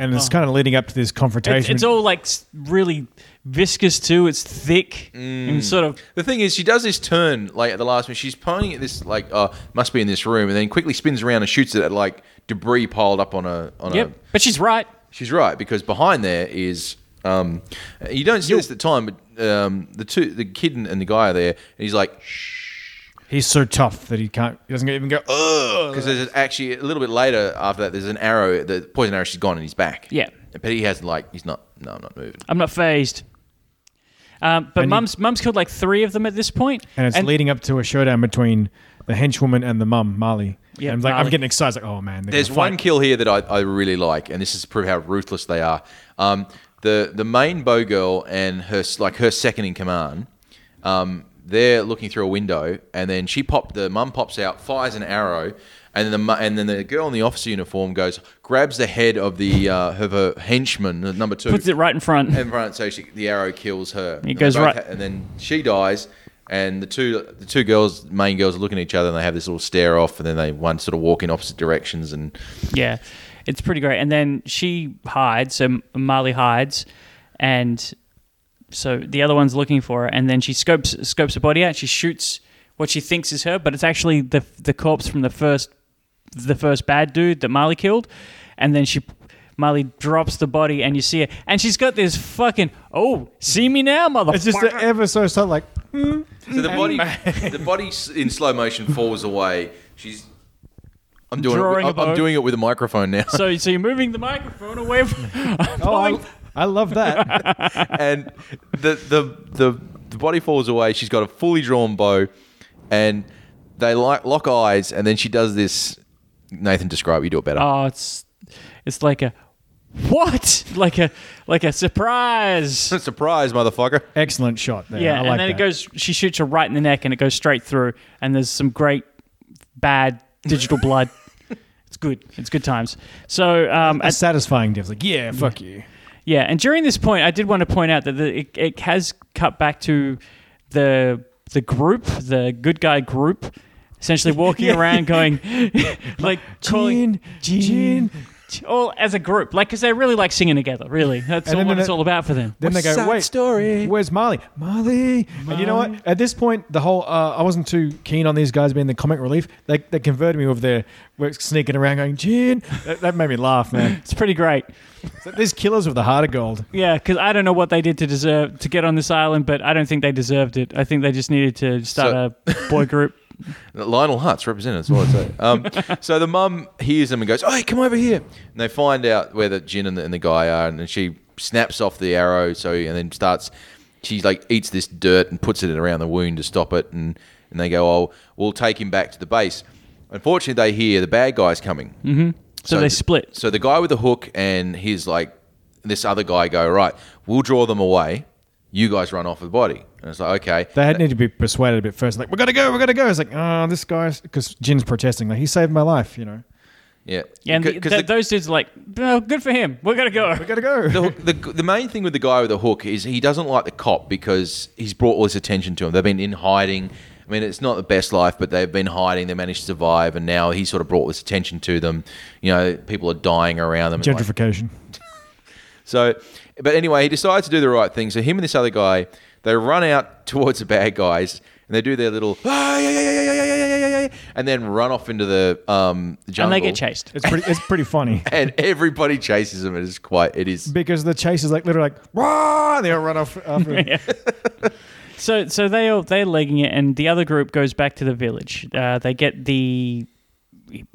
And it's kind of leading up to this confrontation. Oh. it's all like s- really viscous too. It's thick Mm. and sort of The thing is, she does this turn like at the last minute. She's pointing at this like, uh, must be in this room, and then quickly spins around and shoots it at like debris piled up on a on yep. a But she's right. She's right because behind there is um, you don't see this at the time, but um, the two the kid and, and the guy are there, and he's like He's so tough that he can't. He doesn't even go. Ugh. because there's actually a little bit later after that there's an arrow the poison arrow she's gone in his back. Yeah. but he has like he's not no I'm not moving. I'm not phased. Um, but And you- mum's mum's killed like three of them at this point, and it's leading up to a showdown between the henchwoman and the mum, Marley. Yeah, Yeah, I'm like, Marley. I'm getting excited. It's Like, oh man, they're There's gonna one fight. kill here that I, I really like, and this is to prove how ruthless they are. Um, the the main bow girl and her s- like her second in command, um, they're looking through a window, and then she pop the mum pops out, fires an arrow, and then the mu- and then the girl in the officer uniform goes grabs the head of the uh, of her henchman the number two, puts it right in front. in front, so she, the arrow kills her. It goes They both right- ha- and then she dies. And the two the two girls, main girls, are looking at each other, and they have this little stare off, and then they one sort of walk in opposite directions, and Yeah, it's pretty great. And then she hides, so Marley hides, and so the other one's looking for her. And then she scopes scopes her body out. She shoots what she thinks is her, but it's actually the the corpse from the first the first bad dude that Marley killed. And then she Marley drops the body, and you see it. And she's got this fucking oh, see me now, motherfucker. It's just a- ever so subtle. Like, So the body, the body s- in slow motion falls away. She's. I'm doing. It, Drawing with- a I'm, bow. I'm doing it with a microphone now. so, so you're moving the microphone away from. oh, I, I love that. and the, the the the body falls away. She's got a fully drawn bow, and they like lock eyes, and then she does this. Nathan, describe. it, You do it better. oh it's it's like a what like a like a surprise Surprise, motherfucker! Excellent shot. There. yeah I and like then it that. goes she shoots her right in the neck and it goes straight through and there's some great bad digital blood it's good it's good times so um A at- satisfying div. Like, yeah, fuck you. yeah and during this point i did want to point out that the, it, it has cut back to the the group the good guy group essentially walking around going like calling Gin, gin. all as a group like because they really like singing together really that's And all then what the- it's all about for them Then they go, wait, story. where's Marley? Marley. And you know what? At this point, the whole, uh, I wasn't too keen on these guys being the comic relief. They, they converted me with their we're sneaking around going, Gin. That, that made me laugh, man. it's pretty great So These killers with the heart of gold. yeah because i don't know what they did to deserve to get on this island but i don't think they deserved it i think they just needed to start a boy group Lionel Hutz represented. That's what I say. Um, so the mum hears them and goes, "Hey, come over here!" And they find out where the gin and the, and the guy are, and then she snaps off the arrow. So and then starts. She like eats this dirt and puts it around the wound to stop it, and and they go, "Oh, we'll take him back to the base." Unfortunately, they hear the bad guys coming. Hmm. Mm-hmm. so, they split So the guy with the hook and his like this other guy go right. We'll draw them away. You guys run off with the body, and it's like okay. They had need to be persuaded a bit first. Like, we got to go, we got to go. It's like, oh, this guy's, because Jin's protesting. Like, he saved my life, you know. yeah, yeah and the, Because th- those dudes are like oh, good for him we're gonna go We got to go. the, the, the main thing with the guy with the hook is he doesn't like the cop because he's brought all this attention to him. They've been in hiding. I mean, it's not the best life, but they've been hiding. They managed to survive, and now he sort of brought this attention to them. You know, people are dying around them. and like- Gentrification. so, but anyway, he decides to do the right thing. So him and this other guy, they run out towards the bad guys, and they do their little "Ah, yeah, yeah, yeah, yeah, yeah, yeah, yeah, yeah, yeah," and then run off into the um and jungle. they get chased It's pretty, it's pretty funny. and everybody chases them. It is quite. It is. Because the chase is like literally like, Rah! they all run off uh, after him. So, so they all, they're legging it, and the other group goes back to the village. Uh, they get the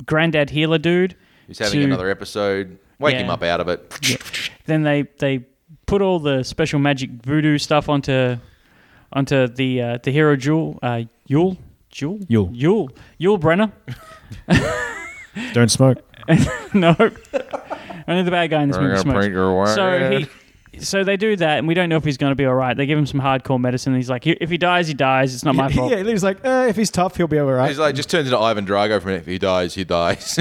granddad healer dude. He's having to- another episode. Wake him Yeah. up out of it. Then they they put all the special magic voodoo stuff onto onto the uh, the hero Jewel uh, Yule Jewel Yule. Yule Yule Brenner. Don't smoke. no, only the bad guy in this movie smokes. So he. So they do that, and we don't know if he's going to be all right. They give him some hardcore medicine. And he's like, if he dies, he dies. It's not my fault. Yeah, he's like, eh, if he's tough, he'll be all right. He's like just turns into Ivan Drago from it. If he dies, he dies.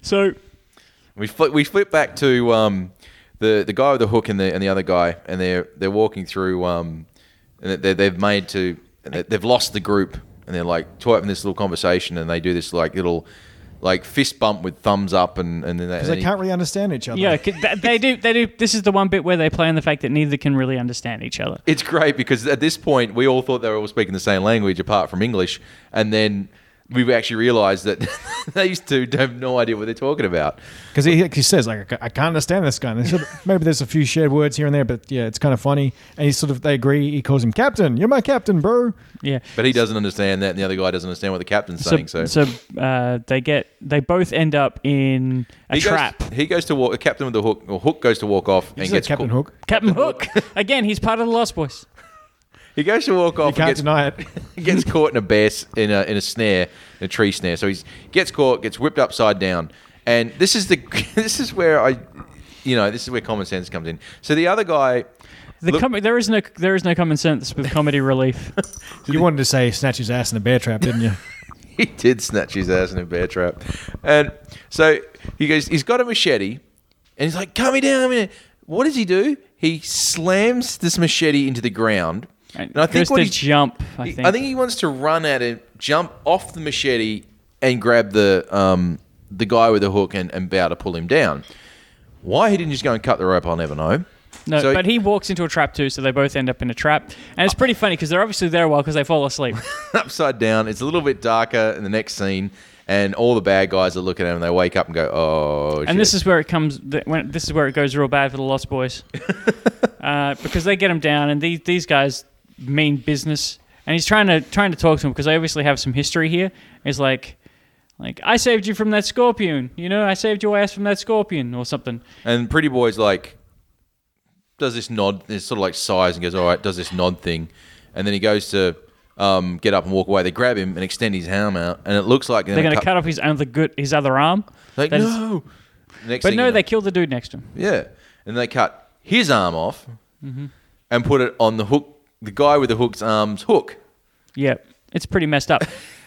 So we flip we flip back to um, the the guy with the hook and the and the other guy, and they're they're walking through. Um, and they they've made to they- they've lost the group, and they're like having this little conversation, and they do this like little like fist bump with thumbs up, and and then they, Because they can't really understand each other. Yeah, 'cause th- they do. They do. This is the one bit where they play on the fact that neither can really understand each other. It's great because at this point we all thought they were all speaking the same language apart from English, and then we actually realised that these two have no idea what they're talking about. Because he, he says, like, I ca- I can't understand this guy. And they sort of- maybe there's a few shared words here and there, but yeah, it's kind of funny. And he sort of, they agree. He calls him captain. You're my captain, bro. Yeah. But he doesn't understand that, and the other guy doesn't understand what the captain's saying. So, so uh, they get. They both end up in a he trap. Goes, he goes to walk. The captain with the hook, or Hook goes to walk off, and He's like gets Captain caught- Hook. Captain Hook. Again, he's part of the Lost Boys. He goes to walk off. You and can't gets, deny it. gets caught in a bear s- in a in a snare, in a tree snare. So he gets caught, gets whipped upside down, and this is the this is where I, you know, this is where common sense comes in. So the other guy, The Look- com- there is no there is no common sense with comedy relief. You wanted to say snatch his ass in a bear trap, didn't you? he did snatch his ass in a bear trap, and so he goes. He's got a machete, and he's like, "Come me down, come me down." What does he do? He slams this machete into the ground, and I think Goes what to he's jump. I He- think. he wants to run at it, jump off the machete, and grab the um, the guy with the hook and, and bow to pull him down. Why he didn't just go and cut the rope, I'll never know. no, so- but he walks into a trap too, so they both end up in a trap, and it's pretty funny because they're obviously there a while because they fall asleep. Upside down, it's a little bit darker in the next scene, and all the bad guys are looking at him. and They wake up and go, "Oh!" and this is where it comes. th- When this is where it goes real bad for the Lost Boys, uh, because they get him down, and these these guys mean business. And he's trying to trying to talk to him because they obviously have some history here. He's like, like I saved you from that scorpion, you know, I saved your ass from that scorpion or something. and Pretty Boy's like does this nod, it's sort of like sighs and goes, "All right," does this nod thing, and then he goes to um, get up and walk away. They grab him and extend his arm out, and it looks like They're going to cut off his other good his other arm. Like That is- no. Next But thing no, you know- they killed the dude next to him. Yeah, and they cut his arm off Mm-hmm. and put it on the hook, the guy with the hook's arm's hook. Yeah, it's pretty messed up.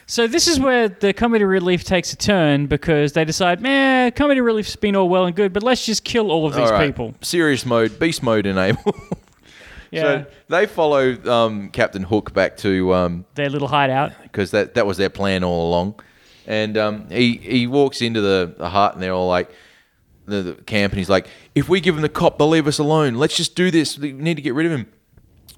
so this is where the comedy relief takes a turn because they decide, man, comedy relief's been all well and good, but let's just kill all of these All right, people. serious mode, beast mode enable. Yeah, So they follow um, Captain Hook back to um, their little hideout. because that that was their plan all along. And um, he he walks into the, the hut and they're all like the, the camp and he's like, if we give him the cop, they'll leave us alone. Let's just do this. We need to get rid of him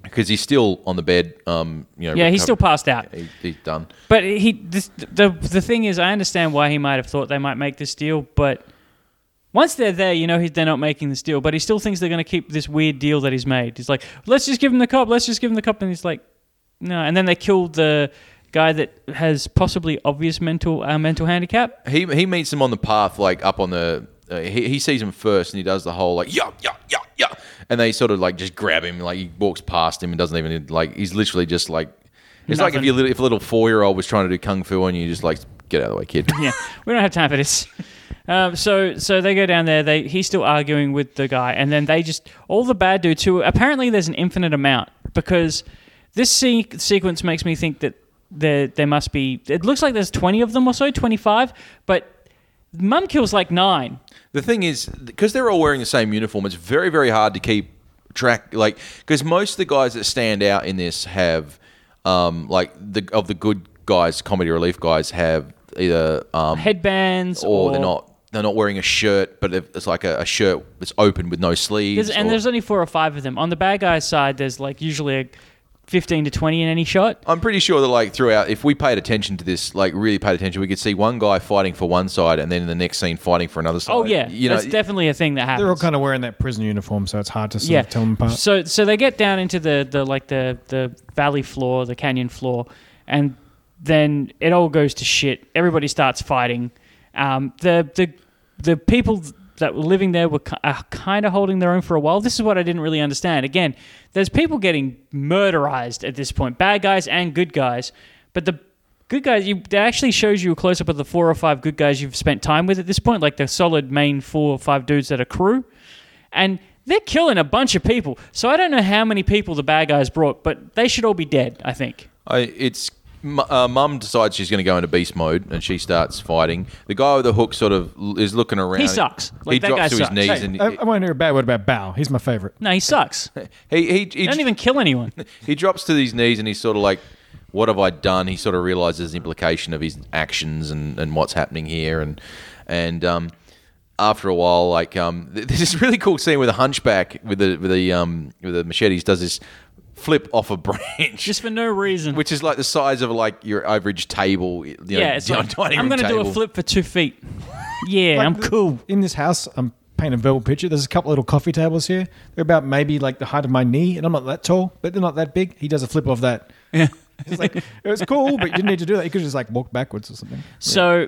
because he's still on the bed. Um, you know, Yeah, he's recover- still passed out. He, he's done. But he, this, the the thing is, I understand why he might have thought they might make this deal, but once they're there, you know he's they're not making this deal. But he still thinks they're going to keep this weird deal that he's made. He's like, let's just give him the cop, let's just give him the cop, and he's like, no. And then they killed the guy that has possibly obvious mental uh, mental handicap. he he meets him on the path, like up on the. Uh, he, he sees him first, and he does the whole like yeah yeah yeah yeah, and they sort of like just grab him, like he walks past him and doesn't even like he's literally just like it's like if Nothing. you little if a little four year old was trying to do kung fu on you, just like get out of the way, kid. yeah, we don't have time for this. Um, so so they go down there. They he's still arguing with the guy, and then they just all the bad dudes who apparently there's an infinite amount because this se- sequence makes me think that there there must be. It looks like there's twenty of them or so, twenty five, but. Mum kills like nine. The thing is, because they're all wearing the same uniform, it's very, very hard to keep track. Like, because most of the guys that stand out in this have, um, like the of the good guys, comedy relief guys have either um Headbands, or, they're not they're not wearing a shirt, but it- it's like a, a shirt that's open with no sleeves. There's, and or- there's only four or five of them. On the bad guy's side, there's like usually a fifteen to twenty in any shot. I'm pretty sure that like throughout, if we paid attention to this, like really paid attention, we could see one guy fighting for one side, and then in the next scene fighting for another side. Oh yeah, you know, that's definitely a thing that happens. They're all kind of wearing that prison uniform, so it's hard to sort yeah. of tell them apart. So so they get down into the, the like the, the valley floor, the canyon floor, and then it all goes to shit. Everybody starts fighting. Um, the the the people that were living there were ki- are kind of holding their own for a while. This is what I didn't really understand. Again, there's people getting murderized at this point, bad guys and good guys, but the good guys you that actually shows you a close up of the four or five good guys you've spent time with at this point, like the solid main four or five dudes that are crew and they're killing a bunch of people. So I don't know how many people the bad guys brought, but they should all be dead. I think. I, it's m- uh, mum decides she's going to go into beast mode, and she starts fighting. The guy with the hook sort of l- is looking around. He sucks. Like, he that drops guy to sucks. his knees, Hey, and I, I won't hear a bad word about Bao. He's my favorite. No, he sucks. They he he, he, don't even kill anyone. he drops to his knees, and he's sort of like. What have I done? He sort of realizes the implication of his actions and, and what's happening here, and and um, after a while, like um, th- there's this really cool scene with a hunchback with the with the um, with the machetes does this flip off a branch, Just for no reason. which is like the size of like your average table. You know, yeah, it's di- like, dining I'm room gonna do a table. flip for two feet. Yeah, I'm Like, cool. In this house, I'm painting a verbal picture. There's a couple little coffee tables here. They're about maybe like the height of my knee, and I'm not that tall, but they're not that big. He does a flip off that. Yeah. It's like, it was cool, but you didn't need to do that. You could just like walk backwards or something. So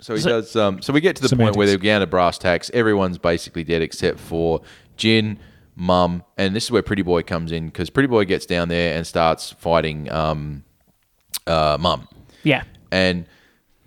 So he does. Um, so we get to the point where Semantics. they're down to brass tacks. Everyone's basically dead except for Jin, mum, and this is where Pretty Boy comes in because Pretty Boy gets down there and starts fighting um, uh, mum, Yeah. and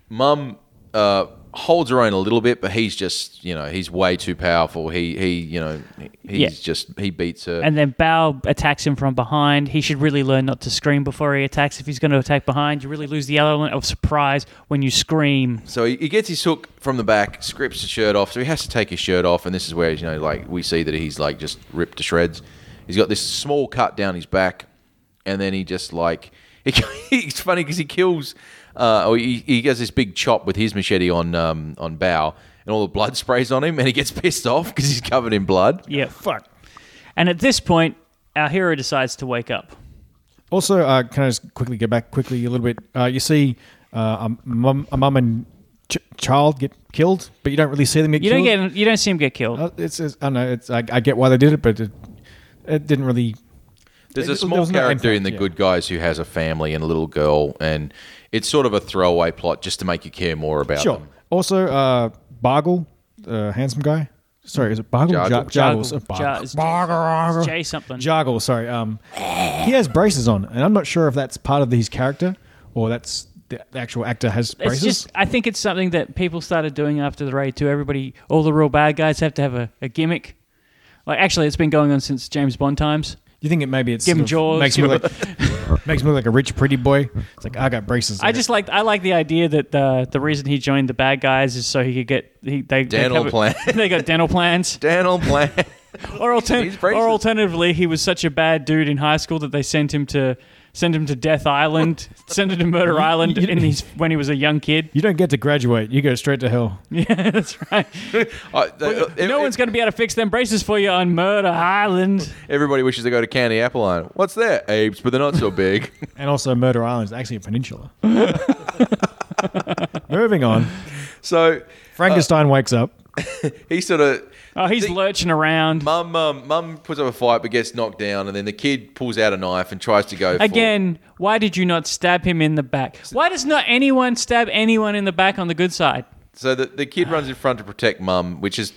mum uh, holds her own a little bit, but he's just you know he's way too powerful. He he you know he- he's Yeah. just he beats her. And then Bao attacks him from behind. He should really learn not to scream before he attacks. If he's going to attack behind, you really lose the element of surprise when you scream. So he, he gets his hook from the back, strips his shirt off. So he has to take his shirt off, and this is where you know, like we see that he's like just ripped to shreds. He's got this small cut down his back, and then he just like he, it's funny because he kills, uh, or he, he does this big chop with his machete on um, on bow, and all the blood sprays on him, and he gets pissed off because he's covered in blood. Yeah, fuck. And at this point, our hero decides to wake up. Also, uh, can I just quickly go back quickly a little bit? Uh, you see uh, a mum, a mum and ch- child get killed, but you don't really see them get You killed. don't get. You don't see him get killed. Uh, it's, it's, I don't know. It's, I, I get why they did it, but it, it didn't really. There's It- a it small was not character in impact, the yeah. Good Guys who has a family and a little girl, and it's sort of a throwaway plot just to make you care more about Sure. them. Also, uh, Bargle, uh, handsome guy. Sorry, is it Bargle? Jargle. Jargles. Jargle. Uh, Jar- Bargle. it's- Bargle. it's J something. Jargle, sorry. Um, he has braces on, and I'm not sure if that's part of his character or that's the the actual actor has It's braces. just. I think it's something that people started doing after the raid too. Everybody, all the real bad guys have to have a, a gimmick. Like actually, it's been going on since James Bond times. you think it maybe it's Give him jaws, sort of makes me look makes me look like a rich pretty boy. It's like I got braces. I just like I like the idea that the the reason he joined the bad guys is so he could get he they they Dental cover- plan. they got dental plans Daniel Bland. or, altern- He's racist. or alternatively he was such a bad dude in high school that they sent him to send him to Death Island sent him to Murder Island in his, when he was a young kid you don't get to graduate. You go straight to hell. yeah that's right I- I- no I- one's gonna be able to fix them braces for you on Murder Island Everybody wishes they go to Candy Apple Island. What's that? Apes, but they're not so big. And also, Murder Island is actually a peninsula. Moving on. so Frankenstein wakes up. he sort of oh he's The- lurching around mum mum mum puts up a fight but gets knocked down, and then the kid pulls out a knife and tries to go for- Again, why did you not stab him in the back? Why does not anyone stab anyone in the back on the good side? So the, the kid runs in front to protect mum, which is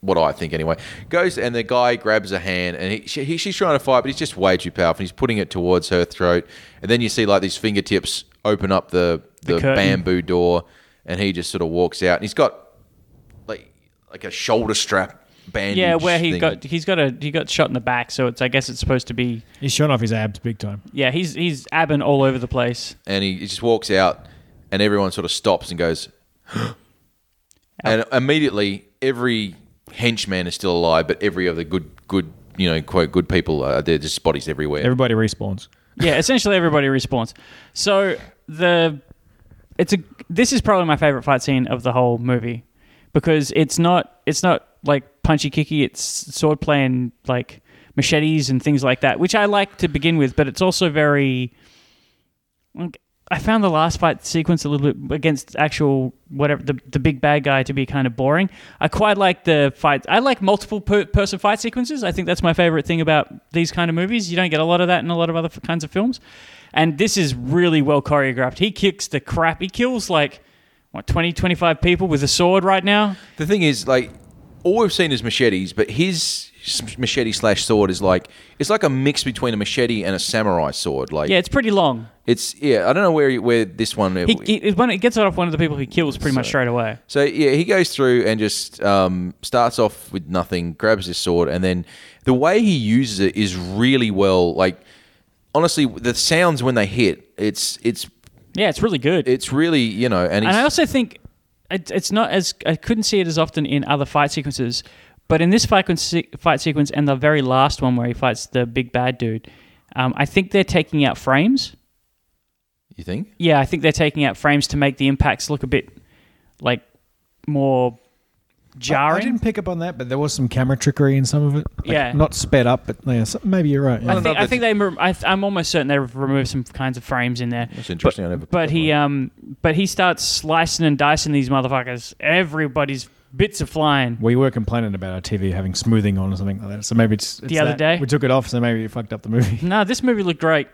what I think anyway. Goes and the guy grabs her hand, and he, she, he, she's trying to fight, but he's just way too powerful. He's putting it towards her throat, and then you see like these fingertips open up the the, curtain. bamboo door, and he just sort of walks out, and he's got like like a shoulder strap bandage. Yeah, where he thing. got he's got a he got shot in the back, so it's I guess it's supposed to be He's showing off his abs big time. yeah he's he's abbing all over the place. and he, he just walks out, and everyone sort of stops and goes, and immediately every henchman is still alive, but every other good, good, you know, quote, good people are there, just bodies everywhere. Everybody respawns. Yeah, essentially everybody respawns. So the it's a this is probably my favorite fight scene of the whole movie because it's not it's not like punchy kicky, it's swordplay and like machetes and things like that, which I like to begin with, but it's also very like, I found the last fight sequence a little bit against actual whatever the, the big bad guy to be kind of boring. I quite like the fight. I like multiple per- person fight sequences. I think that's my favorite thing about these kind of movies. You don't get a lot of that in a lot of other f- kinds of films. And this is really well choreographed. He kicks the crap. He kills like what 20 25 people with a sword right now. The thing is, like, all we've seen is machetes, but his s- machete slash sword is like it's like a mix between a machete and a samurai sword. Like, Yeah, it's pretty long. it's yeah. I don't know where he- where this one. He, he when it gets off one of the people he kills pretty much straight away. So yeah, he goes through and just um, starts off with nothing, grabs his sword, and then the way he uses it is really well. Like honestly, the sounds when they hit, it's it's Yeah, it's really good. it's really you know, and, And I he's- also think it, it's not as I couldn't see it as often in other fight sequences, but in this fight, con- fight sequence and the very last one where he fights the big bad dude, um, I think they're taking out frames. you think Yeah, I think they're taking out frames to make the impacts look a bit like more I jarring. didn't pick up on that, but there was some camera trickery in some of it. Like, Yeah. Not sped up, but yeah, so- maybe you're right. I yeah. think, know I if think they. rem- I, th- I'm almost certain they've removed some kinds of frames in there. That's interesting, But, I never picked but up he, on um, but he starts slicing and dicing these motherfuckers. Everybody's bits are flying. We were complaining about our TV having smoothing on or something like that. So maybe it's, it's The other that. day? We took it off, so maybe it fucked up the movie. No, this movie looked great.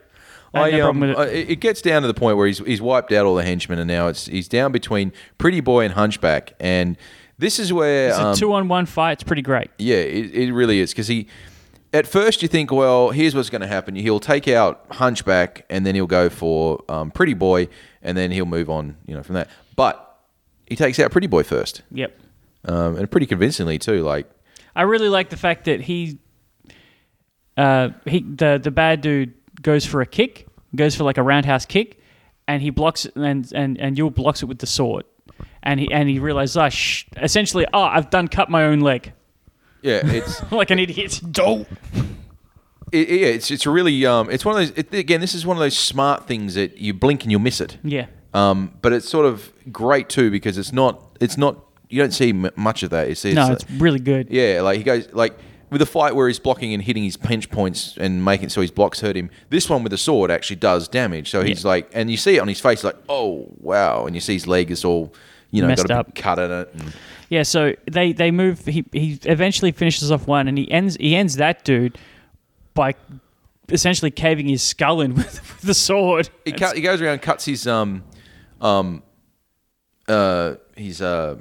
I, uh, had no problem with it. I- it gets down to the point where he's, he's wiped out all the henchmen, and now it's he's down between Pretty Boy and Hunchback, and this is where It's um, a two on one fight. It's pretty great. yeah, it, it really is because he at first you think, well, here's what's going to happen. He'll take out Hunchback, and then he'll go for um, Pretty Boy, and then he'll move on, you know, from that. But he takes out Pretty Boy first, Yep. um, and pretty convincingly too. Like, I really like the fact that he, uh, he the the bad dude goes for a kick, goes for like a roundhouse kick, and he blocks it, and and and Yule blocks it with the sword, and he and he realizes, ah, sh-, essentially, oh, I've done cut my own leg, yeah, it's like an idiot. Dope. it, yeah, it's it's really um, it's one of those. It, again, this is one of those smart things that you blink and you'll miss it. Yeah. Um, but it's sort of great too because it's not it's not you don't see m- much of that. It's, it's No, it's really good. Yeah, like he goes like with a fight where he's blocking and hitting his pinch points and making it so his blocks hurt him. This one with the sword actually does damage. So he's Yeah. like, and you see it on his face, like, oh wow, and you see his leg is all, you know, Messed got a up. big cut in it. And, Yeah, so they they move. He he eventually finishes off one, and he ends he ends that dude by essentially caving his skull in with, with the sword. he, cut, he goes around, and cuts his um, um, uh, his uh,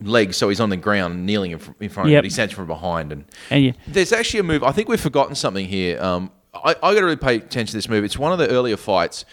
legs, so he's on the ground, kneeling in, fr- in front Yep. of it. He's snatched from behind, and And yeah, There's actually a move. I think we've forgotten something here. Um, I, I got to really pay attention to this move. It's one of the earlier fights.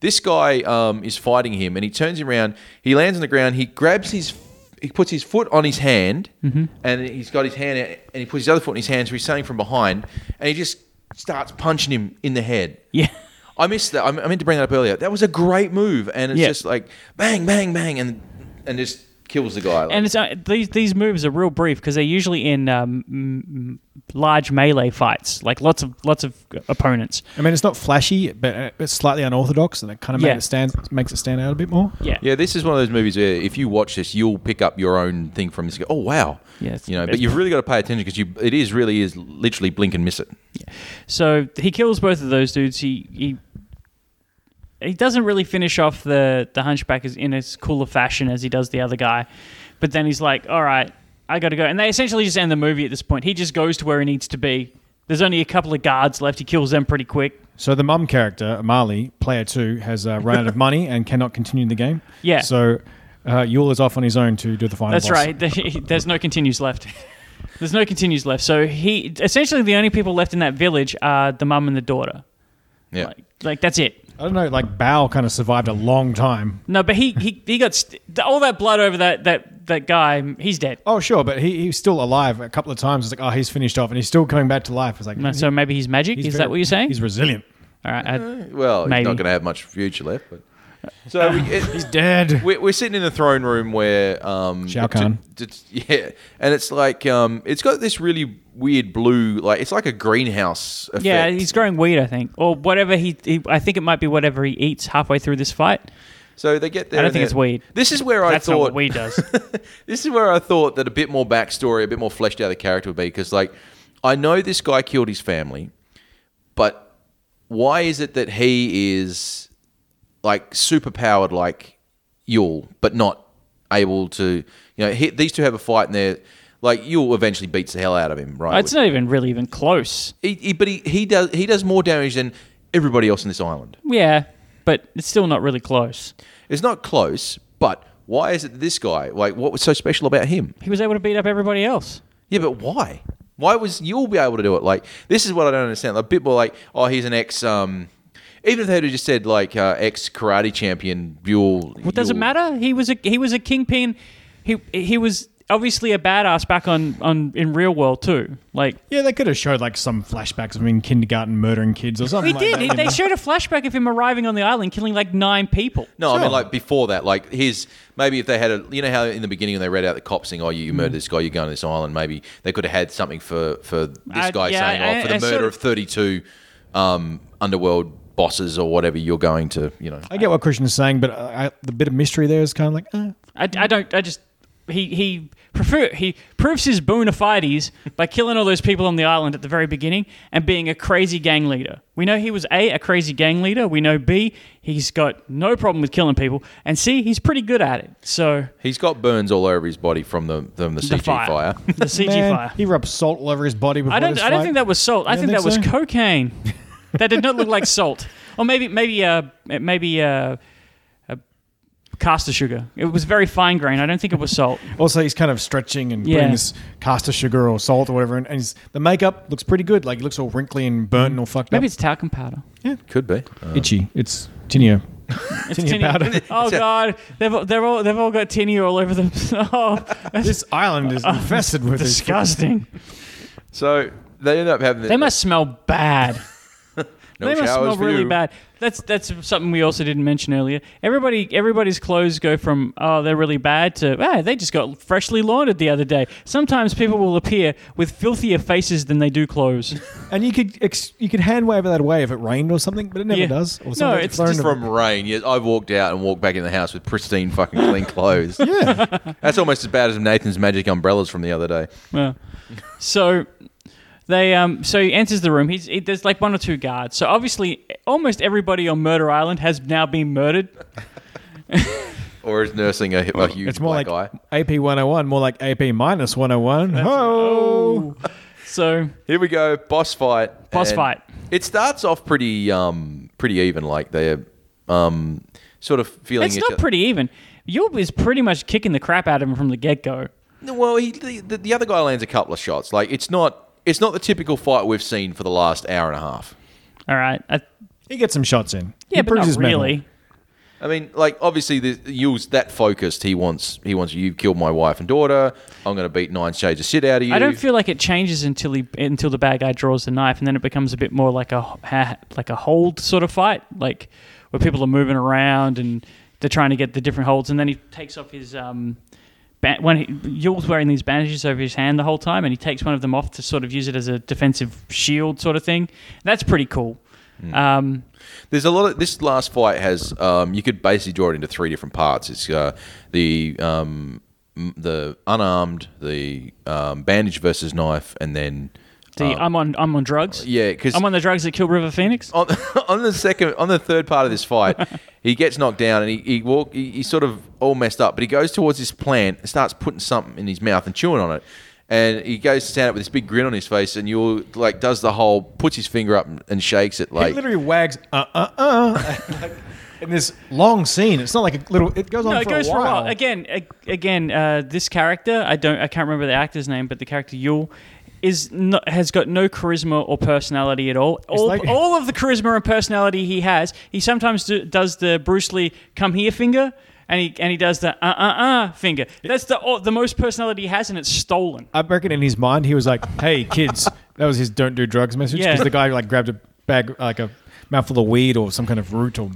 This guy um, is fighting him, and he turns him around. He lands on the ground. He grabs his, he puts his foot on his hand, Mm-hmm. and he's got his hand, out, and he puts his other foot in his hand. So he's standing from behind, and he just starts punching him in the head. yeah, I missed that. I I meant to bring that up earlier. That was a great move, and it's Yeah. just like bang, bang, bang, and and just kills the guy. Like, and it's uh, these these moves are real brief because they're usually in um, m- m- large melee fights, like lots of lots of opponents. I mean, it's not flashy, but uh, it's slightly unorthodox, and it kind of Yeah. makes it stand makes it stand out a bit more. Yeah, Yeah, this is one of those movies where if you watch this, you'll pick up your own thing from this. You Go, oh wow, Yeah, it's- you know. But it's- you've really got to pay attention because you it is really is literally blink and miss it. So he kills both of those dudes. He he he doesn't really finish off the the hunchback as in as cool a fashion as he does the other guy, but then he's like, "All right, I got to go." And they essentially just end the movie at this point. He just goes to where he needs to be. There's only a couple of guards left. He kills them pretty quick. So the mum character, Marley, player two, has uh, run out of money and cannot continue the game. Yeah. So uh, Yule is off on his own to do the final. That's boss. right. There's no continues left. There's no continues left. So he essentially the only people left in that village are the mum and the daughter. Yeah, Like, like that's it. I don't know. Like Bao kind of survived a long time. No, but he he, he got st- all that blood over that that that guy. He's dead. Oh sure, but he, he's still alive a couple of times. It's like oh he's finished off and he's still coming back to life. It's like No, so maybe he's magic. he's is very- that what you're saying? He's resilient. All right. I, well, he's Maybe. Uh, not going to have much future left. But so we, it, Dead. we're, we're sitting in the throne room where um, Shao Kahn. d- d- yeah, and it's like um, it's got this really weird blue, like it's like a greenhouse. Effect. yeah, he's growing weed, I think, or whatever he, he. I think it might be whatever he eats halfway through this fight. So they get there. I don't and think they're- it's weed. This is where I That's thought not what weed does. this is where I thought that a bit more backstory, a bit more fleshed out the character would be because, like, I know this guy killed his family, but why is it that he is like super powered like Yule, but not able to? You know, he, these two have a fight and they're like Yule eventually beats the hell out of him, right? it's not even really even close. he, he- but he, he does he does more damage than everybody else on this island. Yeah, but it's still not really close. It's not close, but why is it this guy? Like, what was so special about him? He was able to beat up everybody else. Yeah, but why? Why was you'll be able to do it? Like this is what I don't understand. A bit more like, oh, he's an ex. Um, even if they had just said like uh, ex karate champion, Buell. What does it matter? He was a he was a kingpin. He he was obviously a badass back on on in real world too. Like Yeah, they could have showed like some flashbacks of him in kindergarten murdering kids or something. he like did. that, He, you they know? showed a flashback of him arriving on the island, killing like nine people. No, I mean Sure. like before that. Like his maybe if they had a, you know how in the beginning when they read out the cops saying, oh, you, Mm. you murdered this guy, you're going to this island. Maybe they could have had something for for this I- guy Uh, yeah, saying, I- oh, for the I murder sort of of- thirty two um, underworld bosses or whatever you're going to, you know. I get what Christian is saying, but uh, I, I, the bit of mystery there is kind of like, eh. I, I don't. I just he he prefer he proves his bona fides by killing all those people on the island at the very beginning and being a crazy gang leader. We know he was a a crazy gang leader. We know B he's got no problem with killing people, and C he's pretty good at it. So He's got burns all over his body from the from the CG the fire, fire. the CG Man, fire. He rubbed salt all over his body before I don't. this I don't fight. think that was salt. I You think, don't that was think so? cocaine. that did not look like salt. Or maybe maybe uh maybe uh. uh, Caster sugar. It was very fine grain. I don't think it was salt. Also, he's kind of stretching and Yeah. putting this caster sugar or salt or whatever, and, and he's, the makeup looks pretty good. Like, it looks all wrinkly and burnt and all fucked Maybe up. it's talcum powder. Could be. Uh, itchy. It's tinea. It's Tinea powder. Oh god, they've all- they've all they've all got tinea all over them. Oh, that's this island is infested with these disgusting. so they end up having. They must smell bad. no they must showers smell for really you. bad. That's that's something we also didn't mention earlier. Everybody everybody's clothes go from oh they're really bad to ah they just got freshly laundered the other day. Sometimes people will appear with filthier faces than they do clothes. fucking- And you could ex- you could hand wave that away if it rained or something, but it never Yeah. does. Or No, sometimes it's blown just to- From rain, yes. I've walked out and walked back in the house with pristine fucking clean clothes. yeah. That's almost as bad as Nathan's magic umbrellas from the other day. Yeah. So they um so he enters the room. He's he, there's like one or two guards. So obviously almost everybody on Murder Island has now been murdered. Or is nursing a, a huge It's more black like eye. AP 101, more like AP minus 101. Oh, So Here we go, boss fight. Boss And fight. It starts off pretty, um, pretty even. Like they're, um, sort of feeling. it's each not other. pretty even. Yulp is pretty much kicking the crap out of him from the get go. No, Well, he, the, the- the other guy lands a couple of shots. Like it's not, it's not the typical fight we've seen for the last hour and a half. All right. I, he gets some shots in. yeah, he but proves not his mettle. really. I mean, like obviously, the Yule's that focused. He wants, he wants you killed my wife and daughter. I'm going to beat nine shades of shit out of you. I don't feel like it changes until he until the bad guy draws the knife, and then it becomes a bit more like a ha- like a hold sort of fight, like where people are moving around and they're trying to get the different holds, and then he takes off his um. Ba- when he, Yule's wearing these bandages over his hand the whole time, and he takes one of them off to sort of use it as a defensive shield, sort of thing. That's pretty cool. Um, There's a lot of this last fight has. Um, you could basically draw it into three different parts. It's uh, the um, m- the unarmed, the um, bandage versus knife, and then the Um, I'm on I'm on drugs. yeah, because I'm on the drugs that killed River Phoenix. Oh, on, on the second on the third part of this fight, he gets knocked down and he he, walk, he he's sort of all messed up. But he goes towards this plant and starts putting something in his mouth and chewing on it. And he goes to stand up with this big grin on his face, and you'll like does the whole puts his finger up and- and shakes it He like literally wags, uh, uh, uh. in this long scene. It's not like a little, it goes on No, it for, goes a while. Again, ag- again, uh, this character I don't, I can't remember the actor's name, but the character Yule is not, has got no charisma or personality at all. All, like- all of the charisma and personality he has, he sometimes do, does the Bruce Lee come here finger, and he and he does the uh uh uh finger. That's the all, the most personality he has, and it's stolen. I reckon in his mind he was like, "Hey kids," that was his "Don't do drugs" message Yeah. because the guy like grabbed a bag, like a mouthful of weed or some kind of root or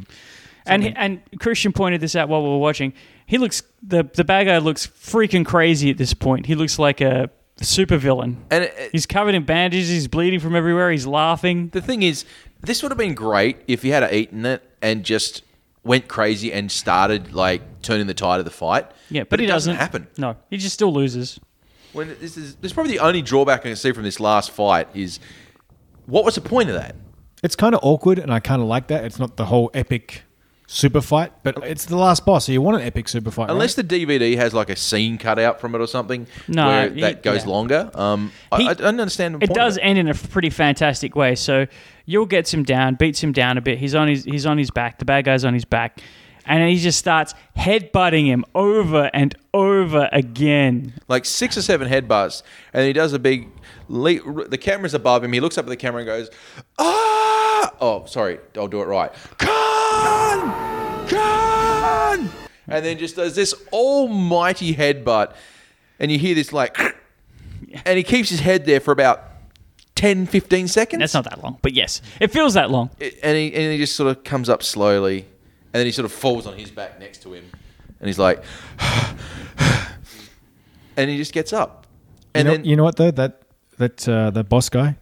And he- and Christian pointed this out while we were watching. He looks the the bad guy looks freaking crazy at this point. He looks like a supervillain. And it- it- he's covered in bandages. He's bleeding from everywhere. He's laughing. The thing is, this would have been great if he had eaten it and just went crazy and started like turning the tide of the fight. Yeah, but, it he doesn't, happen. No, he just still loses. When this is, this is probably the only drawback I can see from this last fight is what was the point of that? it's kind of awkward, and I kind of like that. It's not the whole epic super fight, but it's the last boss, so you want an epic super fight. Unless right? the DVD has like a scene cut out from it or something, No, where he- that goes yeah. longer. Um, He- I, I don't understand. The It point does Of end in a pretty fantastic way. So Yule gets him down, beats him down a bit. He's on his he's on his back. The bad guy's on his back, and he just starts headbutting him over and over again. like six or seven headbutts, and he does a big. Le- the camera's above him. He looks up at the camera and goes, "Ah!" Oh, sorry, I'll do it right. Khan, Khan, and then just does this almighty headbutt, and you hear this like, and he keeps his head there for about 10, 15 seconds. That's not that long, but yes, it feels that long. and he and he just sort of comes up slowly, and then he sort of falls on his back next to him, and he's like, and he just gets up, you and know, then you know what though that that uh, that boss guy,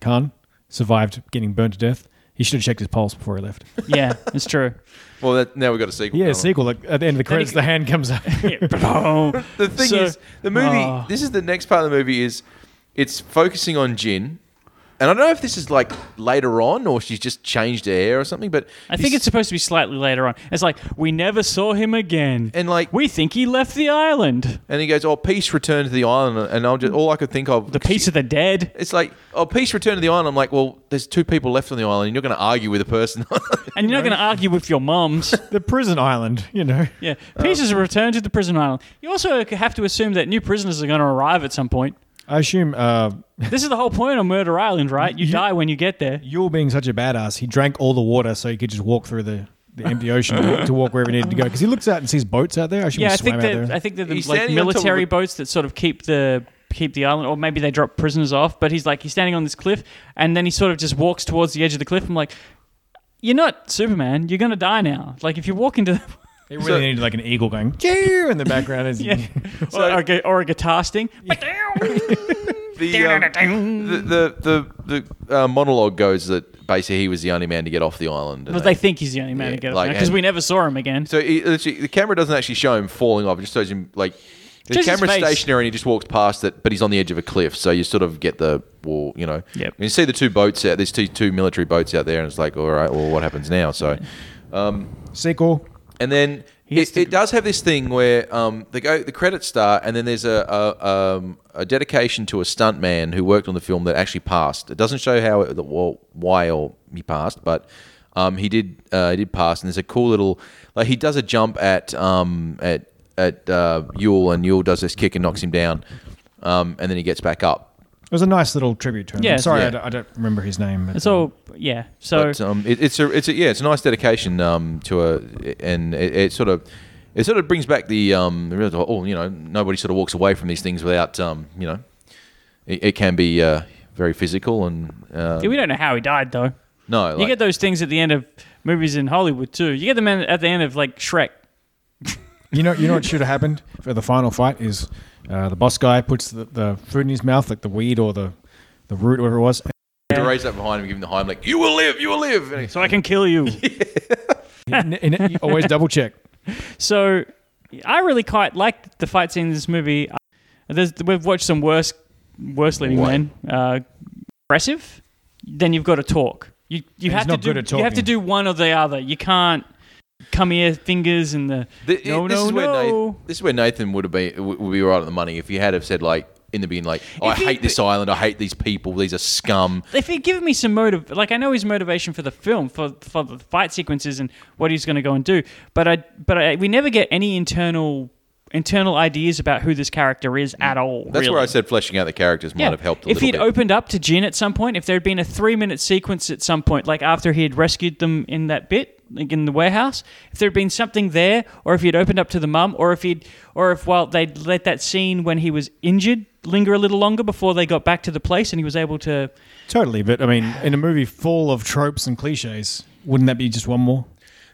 Khan, survived getting burned to death. He should have checked his pulse before he left. Yeah, it's true. well that, now we've got a sequel. Yeah, going on. sequel. Like, at the end of the credits, he- the hand comes up. the The ah. oh, thing is, the movie. This is the next part of the movie is, it's focusing on Jin, And I don't know if this is like later on or she's just changed her hair or something, but I think he's- it's supposed to be slightly later on. It's like we never saw him again, And, like- we think he left the island. And he goes, "Oh, peace, return to the island." And I'm just all I could think of The piece of the dead, It's like, "Oh, peace, return to the island." I'm like, "Well, there's two people left on the island. You're not going to argue with a person." and you're not going to argue with your mums. The prison island, you know. Yeah, pieces are returned to the prison island. You also have to assume that new prisoners are going to arrive at some point. I assume uh, This is the whole point of Murder Island, right? You, die when you get there. Yule being such a badass, he drank all the water so he could just walk through the, the empty ocean to walk wherever he needed to go. Because he looks out and sees boats out there. I assume Yeah, he I swam think out that there. I think that the He's like standing on top of military a- boats that sort of keep the keep the island, or maybe they drop prisoners off. But he's like he's standing on this cliff, and then he sort of just walks towards the edge of the cliff. I'm like, you're not Superman. You're going to die now. Like if you walk into the He really So- needed like an eagle going "Choo!" in the background. As yeah, or, or, a gu- or a guitar sting. the, um, the the the, the uh, monologue goes that basically he was the only man to get off the island. and But they think he's the only man to Yeah, get it like, because and- we never saw him again. So he, literally, the camera doesn't actually show him falling off. It just shows him like the Just his camera's face. stationary and he just walks past it, but he's on the edge of a cliff. So you sort of get the wall, you know. Yep. And you see the two boats out. There's two two military boats out there, and it's like, all right, well, what happens now? So, sequel. and then has it, to- it does have this thing where um, the go the credits start, and then there's a a, um, a dedication to a stuntman who worked on the film that actually passed. It doesn't show how it, the, well, why or he passed, but um, he did uh, he did pass. And there's a cool little like he does a jump at um, at at uh, Yule, and Yule does this kick and knocks him down, um, and then he gets back up. It was a nice little tribute to him. Yeah, I'm sorry, yeah. I, don't, I don't remember his name. but- It's all yeah. So But, um, it, it's a it's a, yeah, it's a nice dedication um, to a and it, it sort of it sort of brings back the um the real oh you know nobody sort of walks away from these things without um you know it, it can be uh, very physical and uh, Yeah, we don't know how he died though. no you like- get those things at the end of movies in Hollywood too. You get them in- at the end of like Shrek. You know, you know what should have happened for the final fight is uh, the boss guy puts the, the food in his mouth, like the weed or the, the root, whatever it was. to raise up behind him, give him the high, like you will live, you will live. And he's- So I can kill you. And, and it- you always double check. so I really quite liked the fight scene in this movie. Uh, There's, we've watched some worse, worse leading What? men. Uh, aggressive. Then you've got to talk. You you have to not do good at you have to talking. do one or the other. You can't come here fingers and the Th- no this no is where no. Nathan, this is where Nathan would have been w- would be right at the money if you had have said like in the beginning like oh, I If he- hate this island, I hate these people, these are scum. if he'd given me some motive, like I know his motivation for the film, for for the fight sequences and what he's going to go and do, but I but I, we never get any internal internal ideas about who this character is at all. Mm. That's really. where I said fleshing out the characters might have helped. A if little he'd bit. opened up to Jin at some point, if there had been a three minute sequence at some point, like after he had rescued them in that bit, like in the warehouse, if there had been something there, or if he'd opened up to the mum, or if he'd, or if while they'd let that scene when he was injured linger a little longer before they got back to the place and he was able to Totally, but I mean, in a movie full of tropes and cliches, wouldn't that be just one more?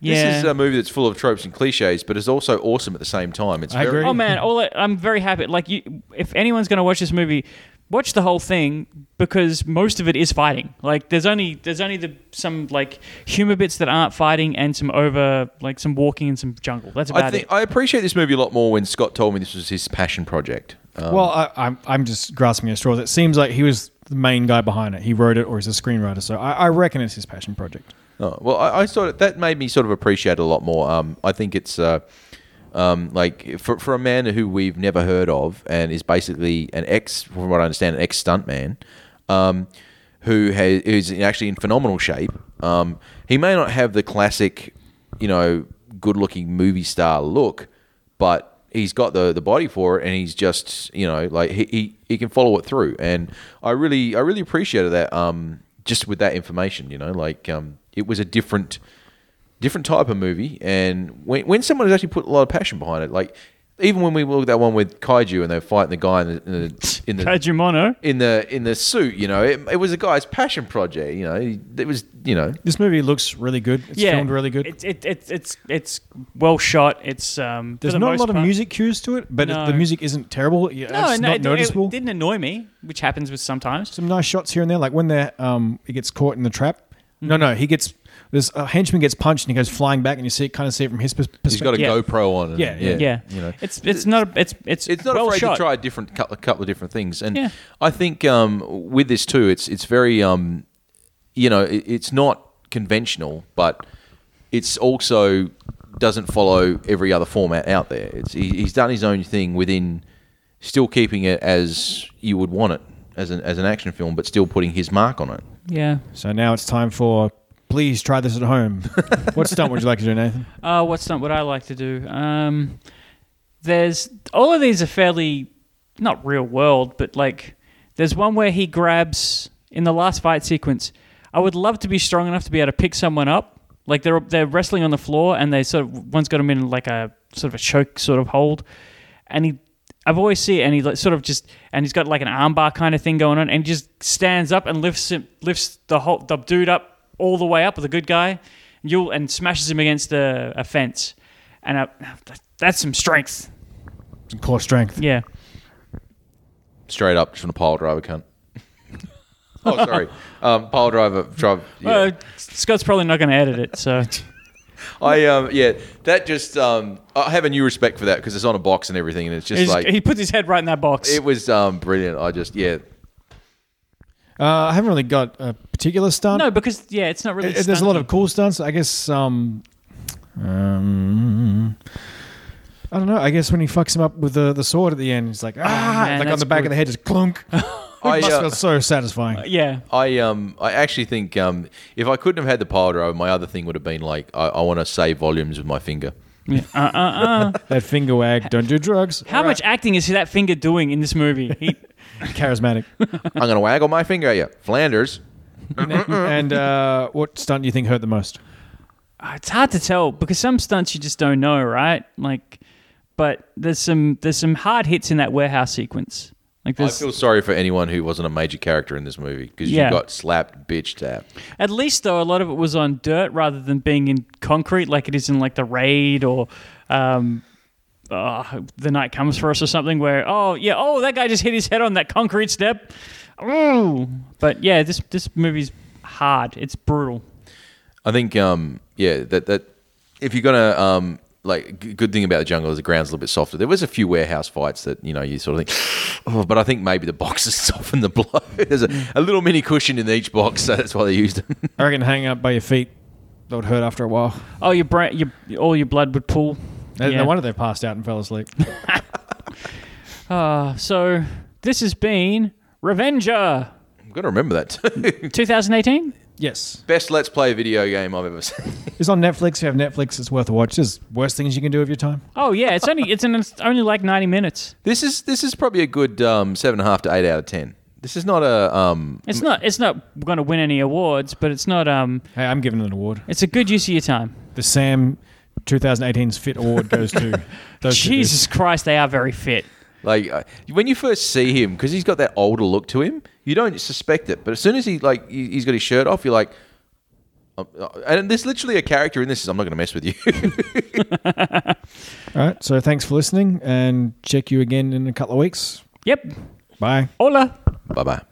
yeah. This is a movie that's full of tropes and cliches, but it's also awesome at the same time. It's I very agree. Oh man, all I, I'm very happy. Like, you, if anyone's going to watch this movie, watch the whole thing because most of it is fighting. Like, there's only there's only the some like humor bits that aren't fighting and some over like some walking and some jungle. That's about I think it. I appreciate this movie a lot more when Scott told me this was his passion project. Um, well, I, I'm I'm just grasping at straws. It seems like he was the main guy behind it. He wrote it, or he's a screenwriter. So I, I reckon it's his passion project. oh, well, I, I sort of that made me sort of appreciate it a lot more. Um, I think it's uh, um, like for for a man who we've never heard of and is basically an ex, from what I understand, an ex stuntman, um, who has, is actually in phenomenal shape. Um, he may not have the classic, you know, good looking movie star look, but he's got the the body for it, and he's just you know like he, he, he can follow it through, and I really I really appreciated that. Um, just with that information, you know, like um, it was a different different type of movie, and when when someone has actually put a lot of passion behind it, like even when we looked at that one with kaiju and they're fighting the guy in the in the, in the Kajumono. in the in the suit, you know, it, it was a guy's passion project, you know. It was, you know, This movie looks really good. It's yeah, filmed really good. It's it, it's it's it's well shot. It's um. for There's the not a most lot of part- music cues to it, but it- No. the music isn't terrible. Yeah, No, it's no, not it, noticeable. it didn't annoy me, which happens with sometimes. Some nice shots here and there, like when they um he gets caught in the trap. Mm. No, no, he gets this uh, henchman gets punched and he goes flying back, and you see it kind of see it from his pers- perspective. He's got a Yeah. GoPro on. And, Yeah, yeah, yeah. You know, it's it's not a- it's it's it's not well afraid shot. to try a different couple, couple of different things. And Yeah. I think um, with this too, it's it's very um, you know it, it's not conventional, but it's also doesn't follow every other format out there. It's he, he's done his own thing within still keeping it as you would want it as an as an action film, but still putting his mark on it. Yeah. So now it's time for please try this at home. what stunt would you like to do, Nathan? Uh, what's not what I like to do? Um, there's all of these are fairly not real world, but like there's one where he grabs in the last fight sequence. I would love to be strong enough to be able to pick someone up. Like they're they're wrestling on the floor and they sort of one's got him in like a sort of a choke sort of hold, and he. I've always seen, it, and he like, sort of just, and he's got like an armbar kind of thing going on, and he just stands up and lifts him, lifts the whole the dude up all the way up with a good guy, you'll and smashes him against a, a fence, and I, that's some strength. Some core strength. Yeah, Straight up, just from a pile driver cunt. oh, sorry, um, pile driver. drive yeah. Uh, Scott's probably not going to edit it, so I um yeah that just um I have a new respect for that because it's on a box and everything and it's just He's- like he puts his head right in that box. it was um brilliant. I just yeah Uh, I haven't really got a particular stunt. no, because yeah, it's not really. Uh, there's a lot of stunty. cool stunts. I guess. Um, um, I don't know. I guess when he fucks him up with the, the sword at the end, he's like ah, Oh, man, like on that's the back good. of the head, just clunk. it I must uh, feel so satisfying. Yeah, I um I actually think um if I couldn't have had the pile driver my other thing would have been like I, I want to save volumes with my finger. that finger wag. Don't do drugs. how much acting is that finger doing in this movie? He, charismatic? I'm gonna waggle my finger at you, Flanders. and uh, what stunt do you think hurt the most? uh, it's hard to tell because some stunts you just don't know, right? Like, but there's some there's some hard hits in that warehouse sequence. Like Oh, I there's feel sorry for anyone who wasn't a major character in this movie because Yeah. you got slapped, bitch tapped. At least though, a lot of it was on dirt rather than being in concrete, like it is in like the raid or um, uh, the night comes for us or something. Where oh yeah, oh that guy just hit his head on that concrete step. Ooh, but yeah, this this movie's hard. It's brutal. I think um yeah that that if you're gonna um like g- good thing about the jungle is the ground's a little bit softer. There was a few warehouse fights that you know you sort of think, oh, but I think maybe the boxes softened the blow. There's a, a little mini cushion in each box, so that's why they used them. I reckon hanging up by your feet that would hurt after a while. Oh, your brain, your all your blood would pool. Uh, No- Yeah. No wonder they passed out and fell asleep. So this has been Revenger I've got to remember that. Too. 2018. yes, Best let's play video game I've ever seen. it's on Netflix. If you have Netflix, it's worth a watch. There's worst things you can do with your time. Oh yeah, it's only it's, an, it's only like 90 minutes. This is this is probably a good um, seven and a half to eight out of ten. This is not a um, It's not it's not going to win any awards, but it's not um Hey, I'm giving it an award. it's a good use of your time. The Sam 2018's Fit Award goes to those two dudes. Jesus Christ, they are very fit. Like uh, when you first see him, because he's got that older look to him, you don't suspect it. But as soon as he like he- he's got his shirt off, you're like, uh, uh, and there's literally a character in this. Is, I'm not going to mess with you. All right. So thanks for listening, and check you again in a couple of weeks. Yep. Bye. Hola. bye bye.